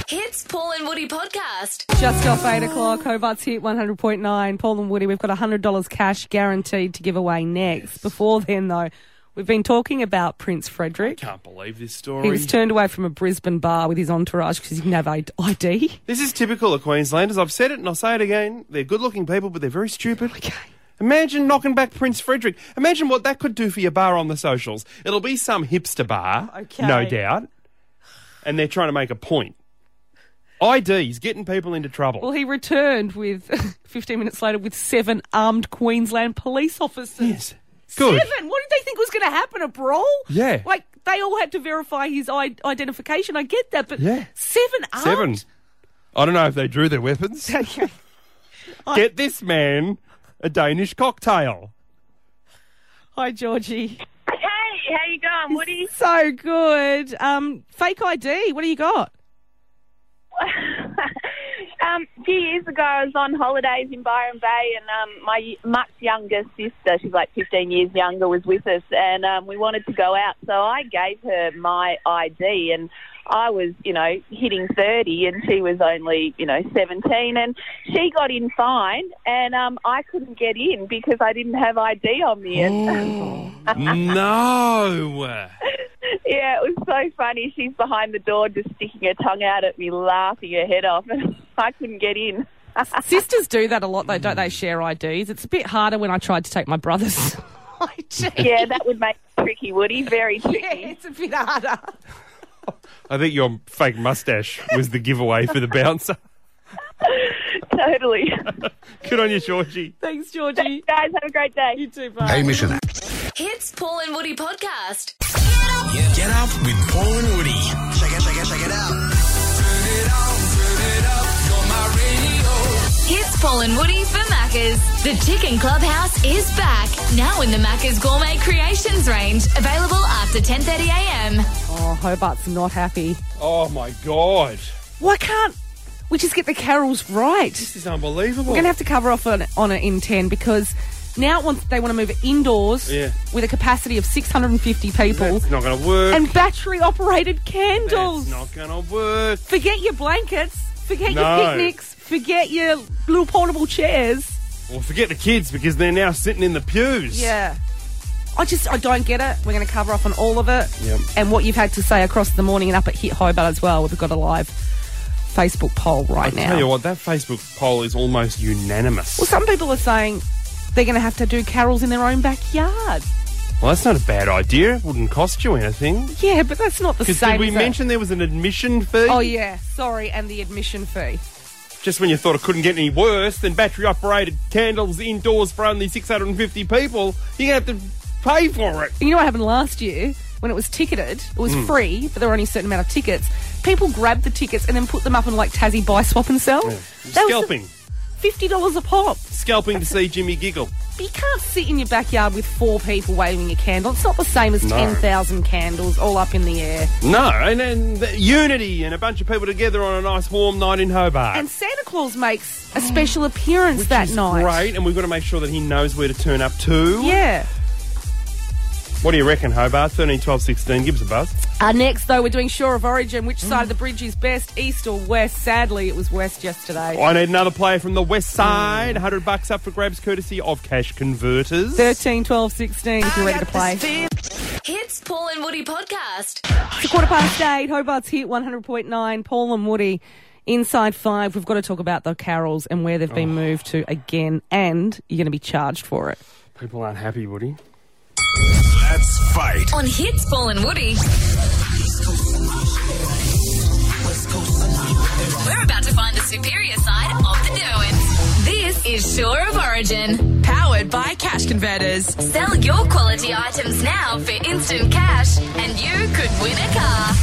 Hits Paul and Woody podcast.
Just off 8 o'clock, Hobart's hit 100.9. Paul and Woody, we've got $100 cash guaranteed to give away next. Before then, though, we've been talking about Prince Frederick.
Can't believe this
He
story.
was turned away from a Brisbane bar with his entourage because he didn't have I- ID.
This is typical of Queenslanders. I've said it and I'll say it again. They're good looking people, but they're very stupid. Okay. Imagine knocking back Prince Frederick. Imagine what that could do for your bar on the socials. It'll be some hipster bar,
Okay.
no doubt. And they're trying to make a point. ID's getting people into trouble.
Well, he returned with 15 minutes later with seven armed Queensland police officers.
yes. Good.
Seven? What did they think was going to happen? A brawl?
Yeah.
Like, they all had to verify his I- identification. I get that, but
Yeah.
seven armed?
Seven. I don't know if they drew their weapons.
Okay.
Get this man a Danish cocktail.
Hi, Georgie.
Hey, how you going, Woody?
So good. Um, fake ID. What do you got?
um, few years ago, I was on holidays in Byron Bay, and um, my much younger sister, she's like 15 years younger, was with us, and um, we wanted to go out. So I gave her my ID, and I was, you know, hitting 30, and she was only, you know, 17, and she got in fine, and um, I couldn't get in because I didn't have ID on me. And,
Oh.
no.
yeah, it was so funny. She's behind the door, just sticking her tongue out at me, laughing her head off, and I couldn't get in.
Sisters do that a lot, though, don't they?
Mm.
Share IDs. It's a bit harder when I tried to take my brother's ID.
Yeah, that would make it tricky, Woody. Very tricky.
it's a bit harder.
I think your fake mustache was the giveaway for the bouncer.
totally.
Good on you, Georgie.
Thanks, Georgie.
Guys, have a great day.
You too, bye.
Hey, Mission.
Hits Paul and Woody podcast.
Get up with Paul and Woody. Check it, check it, check it out. Turn it on, turn it up. You're my radio.
Hits Paul and Woody for Maccas. The Chicken Clubhouse is back now in the Maccas Gourmet Creations range, available after 10:30 a.m.
Oh, Hobart's not happy.
Oh my god,
Why can't we just get the carols right?
this is unbelievable.
We're going to have to cover off on, on it in 10 because now it wants, they want to move it indoors
Yeah.
with a capacity of 650 people
That's not going to work.
and battery operated
That's
candles.
not going to work.
Forget your blankets, forget
No.
your picnics, forget your little portable chairs.
Well, forget the kids because they're now sitting in the pews.
Yeah. I just I don't get it. We're going to cover up on all of it,
Yep.
and what you've had to say across the morning and up at Hit Hobart as well. We've got a live Facebook poll right now.
Tell you what, that Facebook poll is almost unanimous.
Well, some people are saying they're going to have to do carols in their own backyard.
Well, that's not a bad idea. It wouldn't cost you anything.
Yeah, but that's not the
'Cause
same.
did we
is it?
mention there was an admission fee?
Oh yeah, sorry, and the admission fee.
Just when you thought it couldn't get any worse than battery operated candles indoors for only 650 people, you're going to have to pay for it.
You know what happened last year when it was ticketed? It
Mm.
was free, but there were only a certain amount of tickets. People grabbed the tickets and then put them up on like Tassie buy swap and sell. That was
Scalping.
fifty dollars a pop.
Scalping to see Jimmy giggle.
But you can't sit in your backyard with four people waving a candle. It's not the same as
No.
10,000 candles all up in the air.
No, and then the unity and a bunch of people together on a nice warm night in Hobart.
And Santa Claus makes a special appearance
Which
that
is
night.
Great, and we've got to make sure that he knows where to turn up to.
Yeah.
What do you reckon, Hobart? 13, 12, 16. Give us a buzz.
Uh, next, though, we're doing Shore of Origin. Which side of the bridge is best, east or west? Sadly, it was west yesterday.
Oh, I need another player from the
Mm.
west side. 100 bucks up for grabs courtesy of Cash Converters.
13, 12, 16, if you're ready to play.
Hits Paul and Woody podcast.
It's a quarter past eight. Hobart's hit 100.9. Paul and Woody inside five. We've got to talk about the carols and where they've been moved to again, and you're going to be charged for it.
People aren't happy, Woody.
Let's fight.
On Hits Paul and Woody. We're about to find the superior side of the Derwents. This is Shore of Origin.
Powered by Cash Converters.
Sell your quality items now for instant cash, and you could win a car.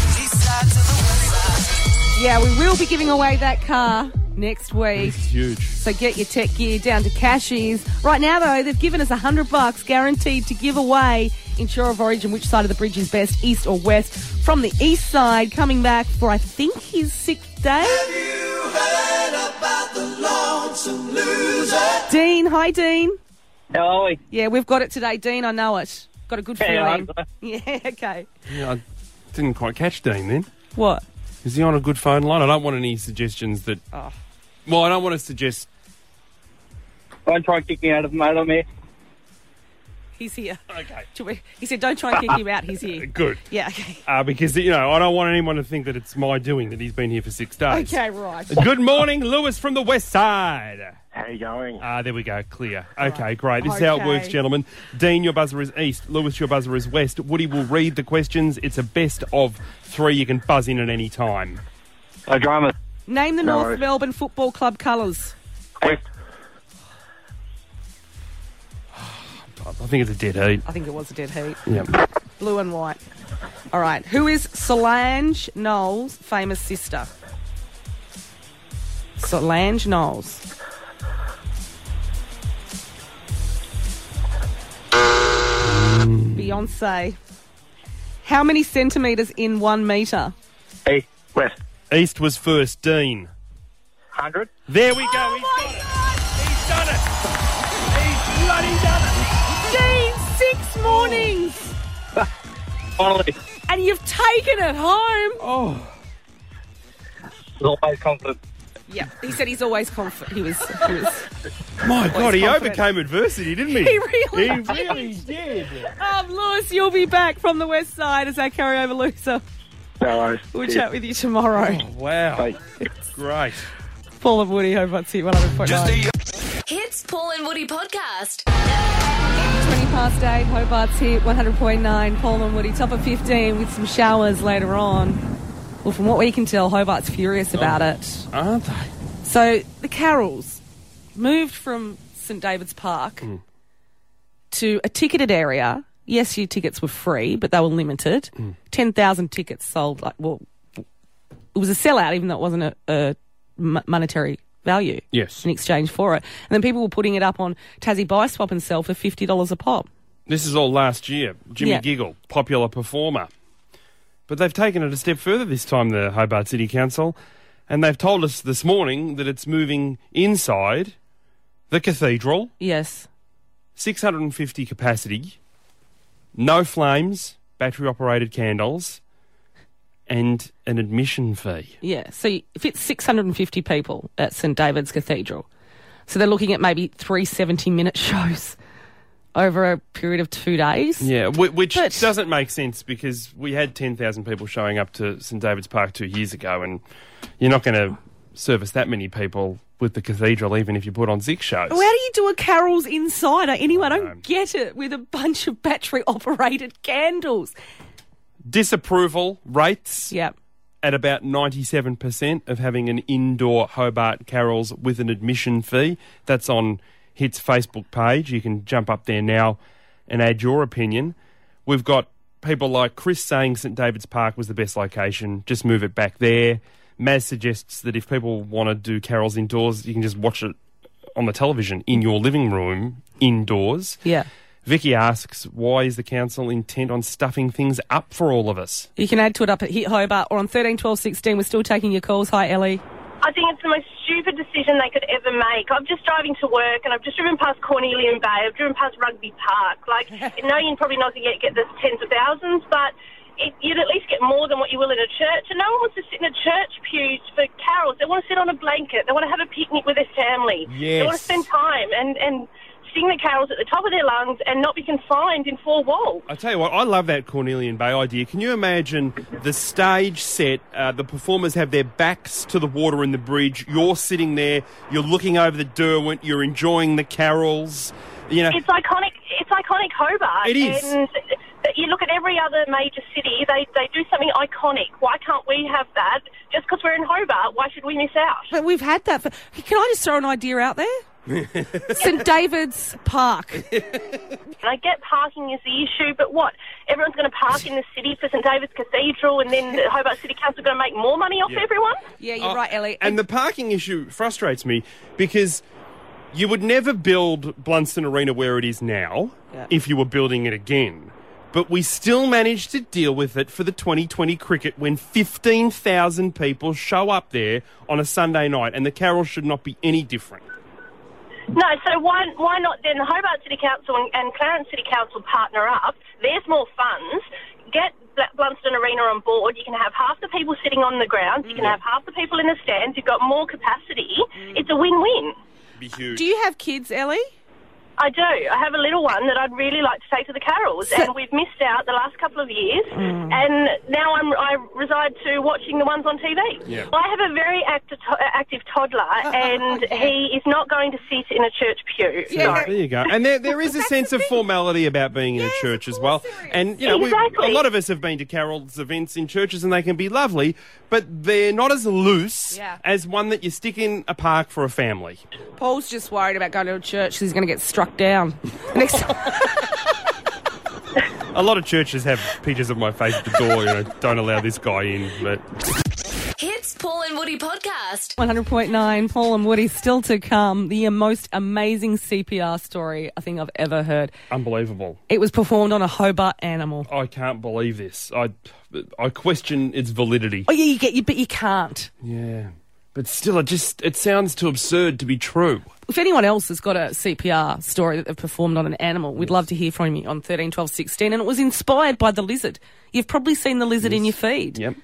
Yeah, we will be giving away that car next week.
It's huge.
So get your tech gear down to Cashies. Right now, though, they've given us 100 bucks guaranteed to give away in Shore of Origin, which side of the bridge is best, east or west. From the east side, coming back for, I think, his sixth day. Dean, hi, Dean.
Hello.
Yeah, we've got it today, Dean. I know it. Got a good feeling. Yeah, okay.
Yeah, I didn't quite catch Dean then.
What?
Is he on a good phone line? I don't want any suggestions that.
Oh.
Well, I don't want to suggest.
Don't try and kick me out of the mate on there.
He's here.
Okay.
Should we- He said, don't try and kick him out. He's here.
Good.
Yeah, okay.
Uh, because, you know, I don't want anyone to think that it's my doing that he's been here for six days.
Okay, right.
Good morning, Lewis from the West Side.
How you going?
Ah, there we go. Clear. Okay, great. This is how it
Okay.
works, gentlemen. Dean, your buzzer is east. Lewis, your buzzer is west. Woody will read the questions. It's a best of three. You can buzz in at any time.
A drama.
Name the
No.
North Melbourne Football Club colours.
West.
I think it's a dead heat.
I think it was a dead heat.
Yep.
Blue and white. All right. Who is Solange Knowles' famous sister? Solange Knowles. Beyonce. How many centimetres in one metre?
Hey, West.
East was first. Dean.
hundred.
There we go.
Oh,
He's got it.
it.
He's done it. He's bloody done
Dean, six mornings.
Finally,
And you've taken it home.
Oh.
was always confident.
Yeah, he said he's always confident. He was. He was
My God, he
confident.
overcame adversity, didn't he?
He really
He
did.
really did.
um, Lewis, you'll be back from the West Side as our carryover loser.
No worries.
We'll chat with you tomorrow.
Wow. It's great.
Paul and Woody, Hobart City, 100.9.
Hits Paul and Woody podcast.
20 past 8, Hobart's hit 100.9, Paul and Woody, top of 15 with some showers later on. Well, from what we can tell, Hobart's furious about it.
Oh. Aren't they?
So the Carrolls moved from St David's Park
Hmm.
to a ticketed area. Yes, your tickets were free, but they were limited.
Hmm.
Ten thousand tickets sold. Like, well, it was a sellout, even though it wasn't a, a mo- monetary value.
Yes.
in exchange for it, and then people were putting it up on Tassie Buy Swap and sell for fifty dollars a pop.
This is all last year. Jimmy
Yeah.
Giggle, popular performer. But they've taken it a step further this time, the Hobart City Council, and they've told us this morning that it's moving inside the cathedral,
Yes,
650 capacity, no flames, battery operated candles, and an admission fee.
yeah. So it fits six hundred and fifty people at St David's Cathedral. So they're looking at maybe three seventy-minute shows over a period of two days.
Yeah, whi- which doesn't make sense because we had 10,000 people showing up to St David's Park two years ago, and you're not going to service that many people with the cathedral, even if you put on six shows.
Well, How do you do a carols insider? Anyone, I don't get it with a bunch of battery operated candles.
Disapproval rates
Yep.
at about 97% of having an indoor Hobart Carols with an admission fee. That's on HIT's Facebook page. You can jump up there now and add your opinion. We've got people like Chris saying St David's Park was the best location, just move it back there. Maz suggests that if people want to do carols indoors, you can just watch it on the television in your living room indoors.
Yeah.
Vicky asks, why is the council intent on stuffing things up for all of us?
You can add to it up at Hit Hobart or on 13, 12, 16. We're still taking your calls. Hi, Ellie.
I think it's the most stupid decision they could ever make. I'm just driving to work and I've just driven past Cornelian Bay. I've driven past Rugby Park. Like, I know you're probably not going to get this tens of thousands, but it, you'd at least get more than what you will in a church. And no one wants to sit in a church pew for carols. They want to sit on a blanket. They want to have a picnic with their family. They want
Yes.
to spend time and, and sing the carols at the top of their lungs and not be confined in four walls.
I tell you what, I love that Cornelian Bay idea. Can you imagine the stage set? Uh, the performers have their backs to the water and the bridge. You're sitting there. You're looking over the Derwent. You're enjoying the carols. You know,
It's iconic. It's iconic Hobart.
It is.
And th- you look at every other major city; they they do something iconic. Why can't we have that? Just because we're in Hobart, why should we miss out?
But we've had that. For, Hey, can I just throw an idea out there? St David's Park.
And I get parking is the issue, but what? Everyone's going to park in the city for St David's Cathedral, and then the Hobart City Council going to make more money off
Yeah.
everyone?
Yeah,
you're
right, Ellie.
Oh, and the parking issue frustrates me because you would never build Blunston Arena where it is now
Yeah.
if you were building it again. But we still managed to deal with it for the 2020 cricket when 15,000 people show up there on a Sunday night, and the carols should not be any different.
No, so why why not then the Hobart City Council and, and Clarence City Council partner up? There's more funds. Get Bla- Blunston Arena on board. You can have half the people sitting on the ground. You can
Mm.
have half the people in the stands. You've got more capacity. It's a win-win.
Be huge.
Do you have kids, Ellie?
I do. I have a little one that I'd really like to take to the carols, and we've missed out the last couple of years.
Mm.
And now I'm, I reside to watching the ones on TV.
Yeah.
I have a very active, to- active toddler, and he is not going to sit in a church pew.
Yeah,
Sorry.
there you go. And there, there is a sense of formality about being in a church as well. And, you know, we,
Exactly.
a lot of us have been to Carol's events in churches and they can be lovely, but they're not as loose
Yeah.
as one that you stick in a park for a family.
Paul's just worried about going to a church 'cause he's going to get struck down. Next
A lot of churches have pictures of my face at the door, you know, don't allow this guy in, but.
Hits Paul and Woody podcast.
100.9, Paul and Woody, still to come. The most amazing CPR story I think I've ever heard.
Unbelievable.
It was performed on a Hobart animal.
I can't believe this. I, I question its validity.
Oh yeah, you get you, but you can't.
Yeah. But still, it just it sounds too absurd to be true.
If anyone else has got a CPR story that they've performed on an animal, we'd love to hear from you on 13, 12, 16. And it was inspired by the lizard. You've probably seen the lizard in your feed.
Yep.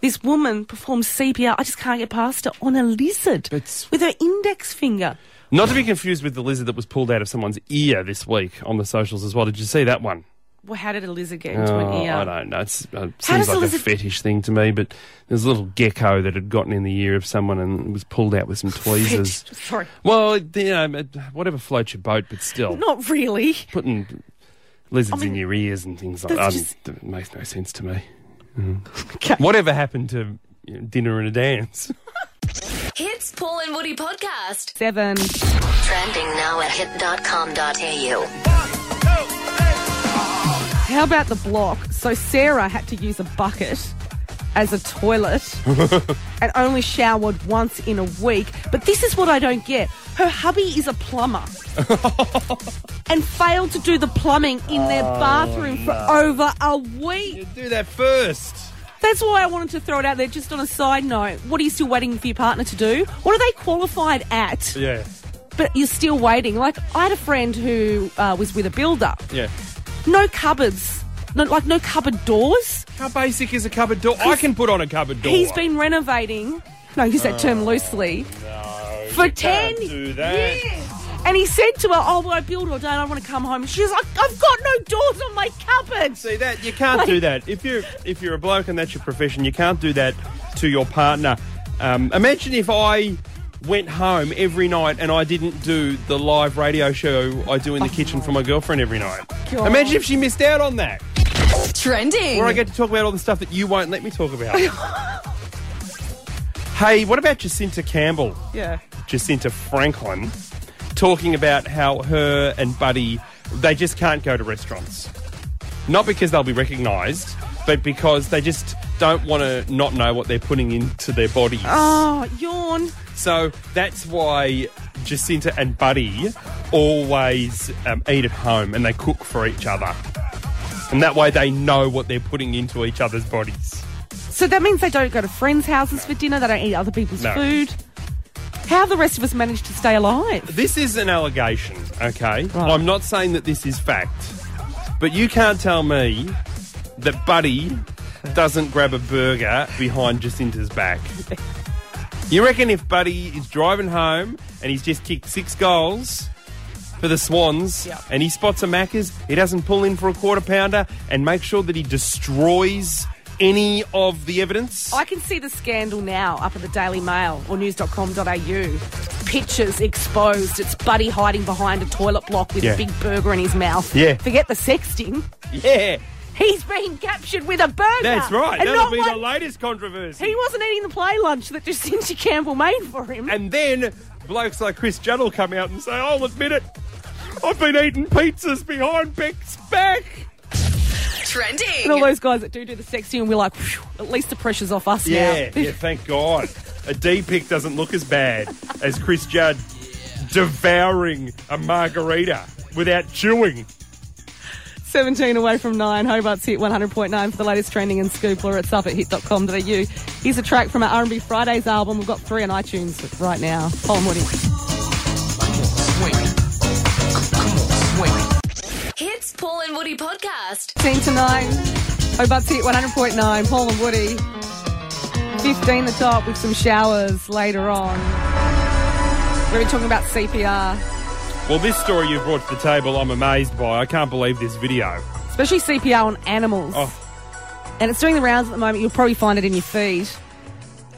This woman performs CPR, I just can't get past her, on a lizard with her index finger.
Not to be confused with the lizard that was pulled out of someone's ear this week on the socials as well. Did you see that one?
Well, how did a lizard get into
Oh,
an ear?
I don't know. It's, uh,
How
seems
does a
like
lizard-
a fetish thing to me, but there's a little gecko that had gotten in the ear of someone and was pulled out with some tweezers.
Sorry.
well, it- you know, it- whatever floats your boat, but still.
Not really.
Putting lizards in your ears and things like that
that's just-
it makes no sense to me. Mm. Whatever happened to you know, dinner and a dance?
Hits Paul and Woody podcast.
Seven.
Trending now at hit.com.au.
How about the block? So Sarah had to use a bucket as a toilet and only showered once in a week. But this is what I don't get. Her hubby is a plumber and failed to do the plumbing in their bathroom for over a week.
do that first.
That's why I wanted to throw it out there just on a side note. What are you still waiting for your partner to do? What are they qualified at?
Yeah.
But you're still waiting. Like, I had a friend who uh, was with a builder.
Yeah.
No cupboards. No, like, no cupboard doors.
How basic is a cupboard door? I can put on a cupboard door. Oh.
He's been renovating. No, use that term loosely.
No,
for 10
you can't do that.
years. And he said to her, Oh, well, I build all day and I want to come home. And she was like, I've got no doors on my cupboard.
See that? You can't do that. If you're if you're a bloke and that's your profession, you can't do that to your partner. Um, imagine if I went home every night and I didn't do the live radio show I do in the kitchen for my girlfriend every night.
God.
Imagine if she missed out on that.
Trending.
Where I get to talk about all the stuff that you won't let me talk about. hey, what about Jacinta Campbell?
Yeah.
Jacinta Franklin talking about how her and Buddy they just can't go to restaurants. Not because they'll be recognised, but because they just don't want to not know what they're putting into their bodies.
Oh, yawn.
So that's why Jacinta and Buddy always um, eat at home and they cook for each other. And that way they know what they're putting into each other's bodies.
So that means they don't go to friends' houses for dinner. They don't eat other people's
No.
food. How have the rest of us managed to stay alive?
This is an allegation, okay? I'm not saying that this is fact, but you can't tell me that Buddy doesn't grab a burger behind Jacinta's back. You reckon if Buddy is driving home and he's just kicked six goals for the Swans and he spots a Macca's, he doesn't pull in for a quarter pounder and make sure that he destroys any of the evidence?
Oh, I can see the scandal now up at the Daily Mail or news.com.au. Pictures exposed. It's Buddy hiding behind a toilet block with
Yeah.
a big burger in his mouth.
Yeah.
Forget the sexting.
Yeah,
He's been captured with a burger.
that's right.
And
That'll
not
be the
one-
latest controversy.
He wasn't eating the play lunch that Jacinta Campbell made for him.
And then blokes like Chris Judd will come out and say, I'll admit it, I've been eating pizzas behind Beck's back.
Trending.
And all those guys that do do the sexting, and we're like, "Phew, at least the pressure's off us
Yeah,
now.
yeah, thank God. A D pick doesn't look as bad as Chris Judd devouring a margarita without chewing.
17 away from 9. Hobart's hit 100.9 for the latest trending and scoop, or it's up at hit.com.au. Here's a track from our R&B Fridays album. We've got three on iTunes right now. Paul and Woody.
Hits Paul and Woody podcast.
16 to 9. Hobart's hit 100.9. Paul and Woody. 15 the top with some showers later on. We're gonna be talking about CPR,
Well, this story you brought to the table, I'm amazed by. I can't believe this video.
especially CPR on animals.
Oh.
and it's doing the rounds at the moment. You'll probably find it in your feed.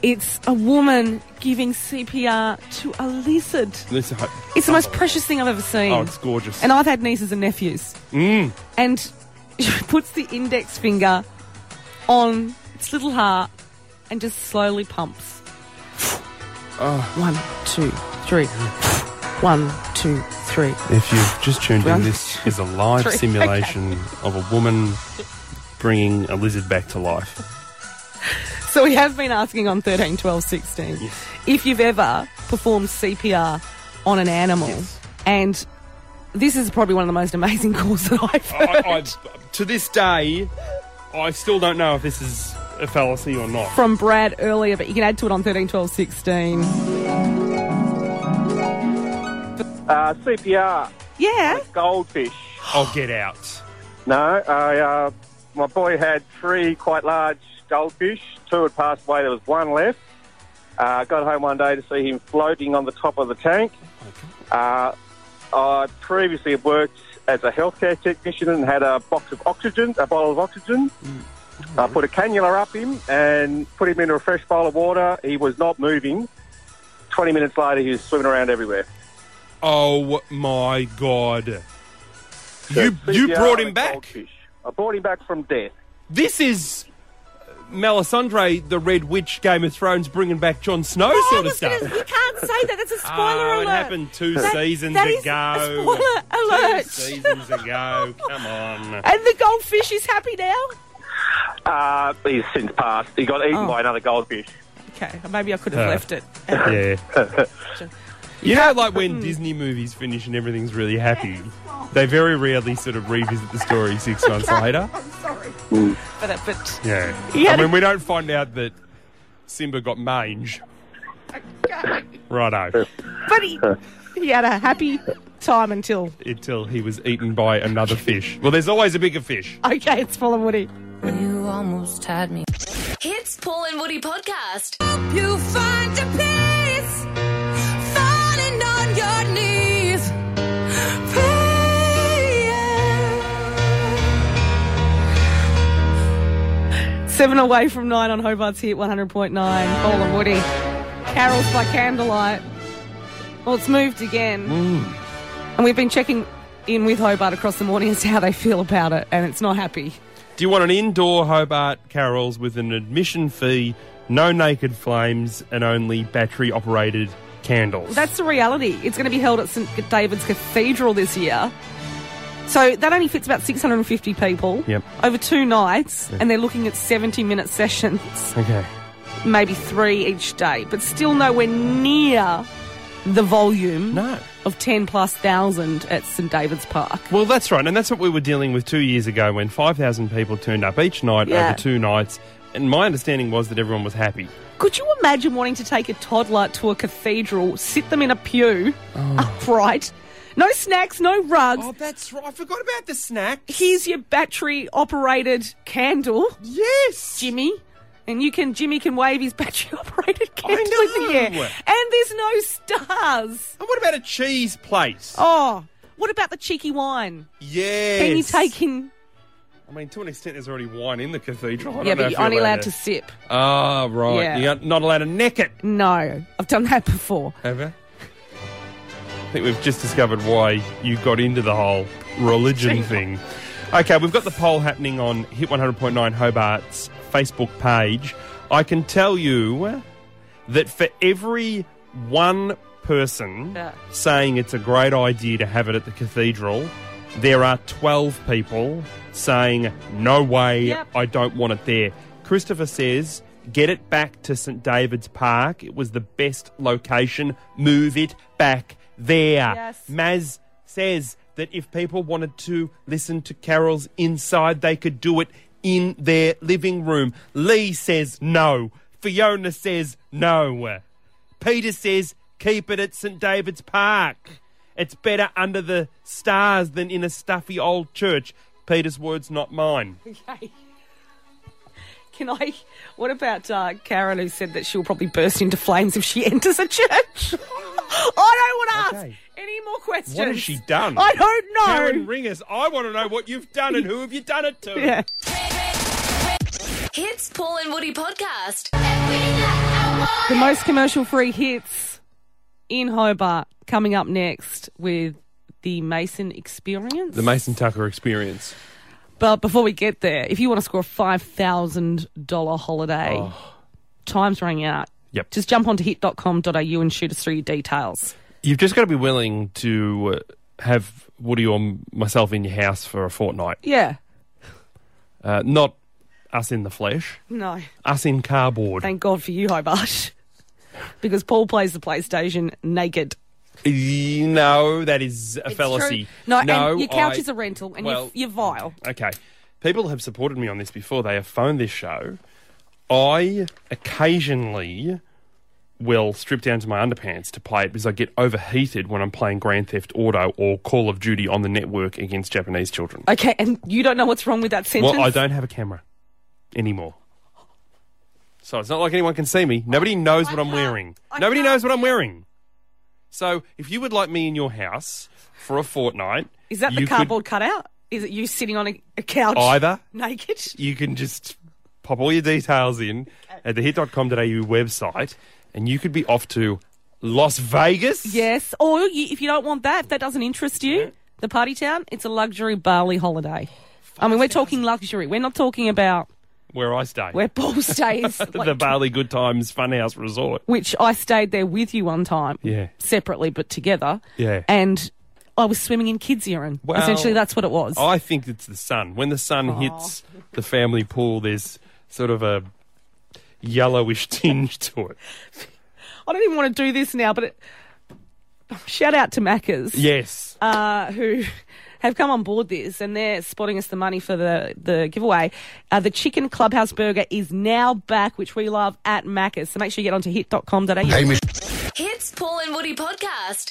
It's a woman giving CPR to a lizard.
This,
It's the most precious thing I've ever seen.
Oh, it's gorgeous.
And I've had nieces and nephews.
Mm.
And she puts the index finger on its little heart and just slowly pumps.
Oh.
One, two, three. One, two, three.
If you've just tuned
Well-
in, this is a live
Three,
simulation of a woman bringing a lizard back to life.
So we have been asking on 13, 12, 16 if you've ever performed CPR on an animal. And this is probably one of the most
Oh,
amazing calls that I've heard.
I, I, to this day, I still don't know if this is a fallacy or not.
from Brad earlier, but you can add to it on 13, 12, 16.
Uh, CPR.
Yeah.
goldfish.
Oh, get out.
No, I, uh, my boy had three quite large goldfish. Two had passed away. There was one left. Uh, got home one day to see him floating on the top of the tank. Uh, I previously had worked as a healthcare technician and had a box of oxygen, a bottle of oxygen. I put a cannula up him and put him into a fresh bowl of water. He was not moving. 20 minutes later, he was swimming around everywhere.
Oh my god. You you
CPR
brought
on
him
a
back.
goldfish. I brought him back from death.
This is Melisandre, the Red Witch, Game of Thrones, bringing back Jon Snow
Oh, I
sort of
was
stuff.
gonna- you can't say that. That's a spoiler
oh,
alert.
it happened two
That-
seasons
that is
ago.
a spoiler alert.
Two seasons ago. Come on.
And the goldfish is happy now?
Uh, he's since passed. He got eaten
Oh.
by another goldfish.
Okay, maybe I could have
Uh.
left it.
yeah. You know, like when Disney movies finish and everything's really happy, they very rarely sort of revisit the story six months later.
I'm sorry for that, but
Yeah.
Yeah.
I mean, we don't find out that Simba got mange. Righto.
but he, he had a happy time until.
Until he was eaten by another fish. Well, there's always a bigger fish.
Okay, it's Paul and Woody.
You almost had me.
Hits Paul and Woody podcast.
You find a place, falling on your knees, praying.
Seven away from nine on Hobart's hit 100.9. Paul and Woody. Carols by candlelight. Well, it's moved again.
Mm.
And we've been checking in with Hobart across the morning as to how they feel about it, and it's not happy.
Do you want an indoor Hobart Carols with an admission fee, no naked flames, and only battery operated candles?
That's the reality. It's going to be held at St David's Cathedral this year. So that only fits about 650 people
Yep.
over two nights,
Yeah.
and they're looking at 70 minute sessions,
Okay.
maybe three each day, but still nowhere near the volume of 10 plus thousand at St David's Park.
Well, that's right, and that's what we were dealing with two years ago when 5,000 people turned up each night
Yeah.
over two nights, and my understanding was that everyone was happy.
Could you imagine wanting to take a toddler to a cathedral, sit them in a pew, upright, no snacks, no rugs?
Oh, that's right. I forgot about the snack.
Here's your battery operated candle.
Yes,
Jimmy. And you can Jimmy can wave his battery operated candle in the air.
know.
And there's no stars.
And what about a cheese place?
Oh, what about the cheeky wine?
Yes.
Can you take in?
I mean, to an extent, there's already wine in the cathedral. I
yeah,
don't know
but
if
you're only allowed to
to.
sip.
Ah, right.
Yeah.
You're not allowed to neck it.
No, I've done that before.
Have you? I think we've just discovered why you got into the whole religion thing. Okay, we've got the poll happening on Hit 100.9 Hobart's Facebook page. I can tell you that for every one person
Yeah.
saying it's a great idea to have it at the cathedral, there are 12 people saying, no way,
Yep.
I don't want it there. Christopher says, get it back to St. David's Park. It was the best location. Move it back there.
Yes.
Maz says that if people wanted to listen to carols inside, they could do it in their living room. Lee says no. Fiona says no. Peter says keep it at St. David's Park. It's better under the stars than in a stuffy old church. Peter's words, not mine.
Okay. Can I? What about uh, Karen who said that she'll probably burst into flames if she enters a church? I don't want to
Okay.
ask any more questions.
What has she done?
I don't know.
Karen Ringers, I want to know what you've done and who have you done it to.
Yeah.
Hits Paul and Woody podcast.
The most commercial free hits in Hobart coming up next with the Mason Experience.
The Mason Tucker experience.
but before we get there, if you want to score a $5,000 holiday, time's running out.
Oh. Yep.
Just jump onto hit.com.au and shoot us through your details.
You've just got to be willing to uh, have Woody or m- myself in your house for a fortnight.
Yeah.
Uh, not us in the flesh,
No.
us in cardboard.
Thank God for you, Hobart. because Paul plays the PlayStation naked.
Y- no, that is a fallacy.
True. No, and your couch
I-
is a rental and
well-
you're, you're vile.
Okay. People have supported me on this before. They have phoned this show. I occasionally will strip down to my underpants to play it because I get overheated when I'm playing Grand Theft Auto or Call of Duty on the network against Japanese children.
Okay, and you don't know what's wrong with that sentence?
Well, I don't have a camera anymore. So it's not like anyone can see me. Nobody knows what I'm wearing. Nobody knows what I'm wearing. So if you would like me in your house for a fortnight,
Is that the
you could-
cardboard cutout? Is it you sitting on a, a couch?
Either.
Naked?
you can just pop all your details in at the hit.com.au website and you could be off to Las Vegas.
Yes. Or you, if you don't want that, if that doesn't interest you, the party town, it's a luxury Bali holiday. I mean, we're talking luxury. We're not talking about
Where I stay.
where Paul stays,
the Bali Good Times Funhouse Resort.
which I stayed there with you one time.
Yeah.
Separately, but together.
Yeah.
And I was swimming in kids' urine.
Well,
Essentially, that's what it was.
I think it's the sun. When the sun hits the family pool, there's sort of a yellowish tinge to it.
I don't even want to do this now, but it, shout out to Maccas.
Yes.
Uh, who have come on board this and they're spotting us the money for the, the giveaway. Uh, the chicken clubhouse burger is now back, which we love at Maccas. So make sure you get onto hit.com.au.
Hits Paul and Woody podcast.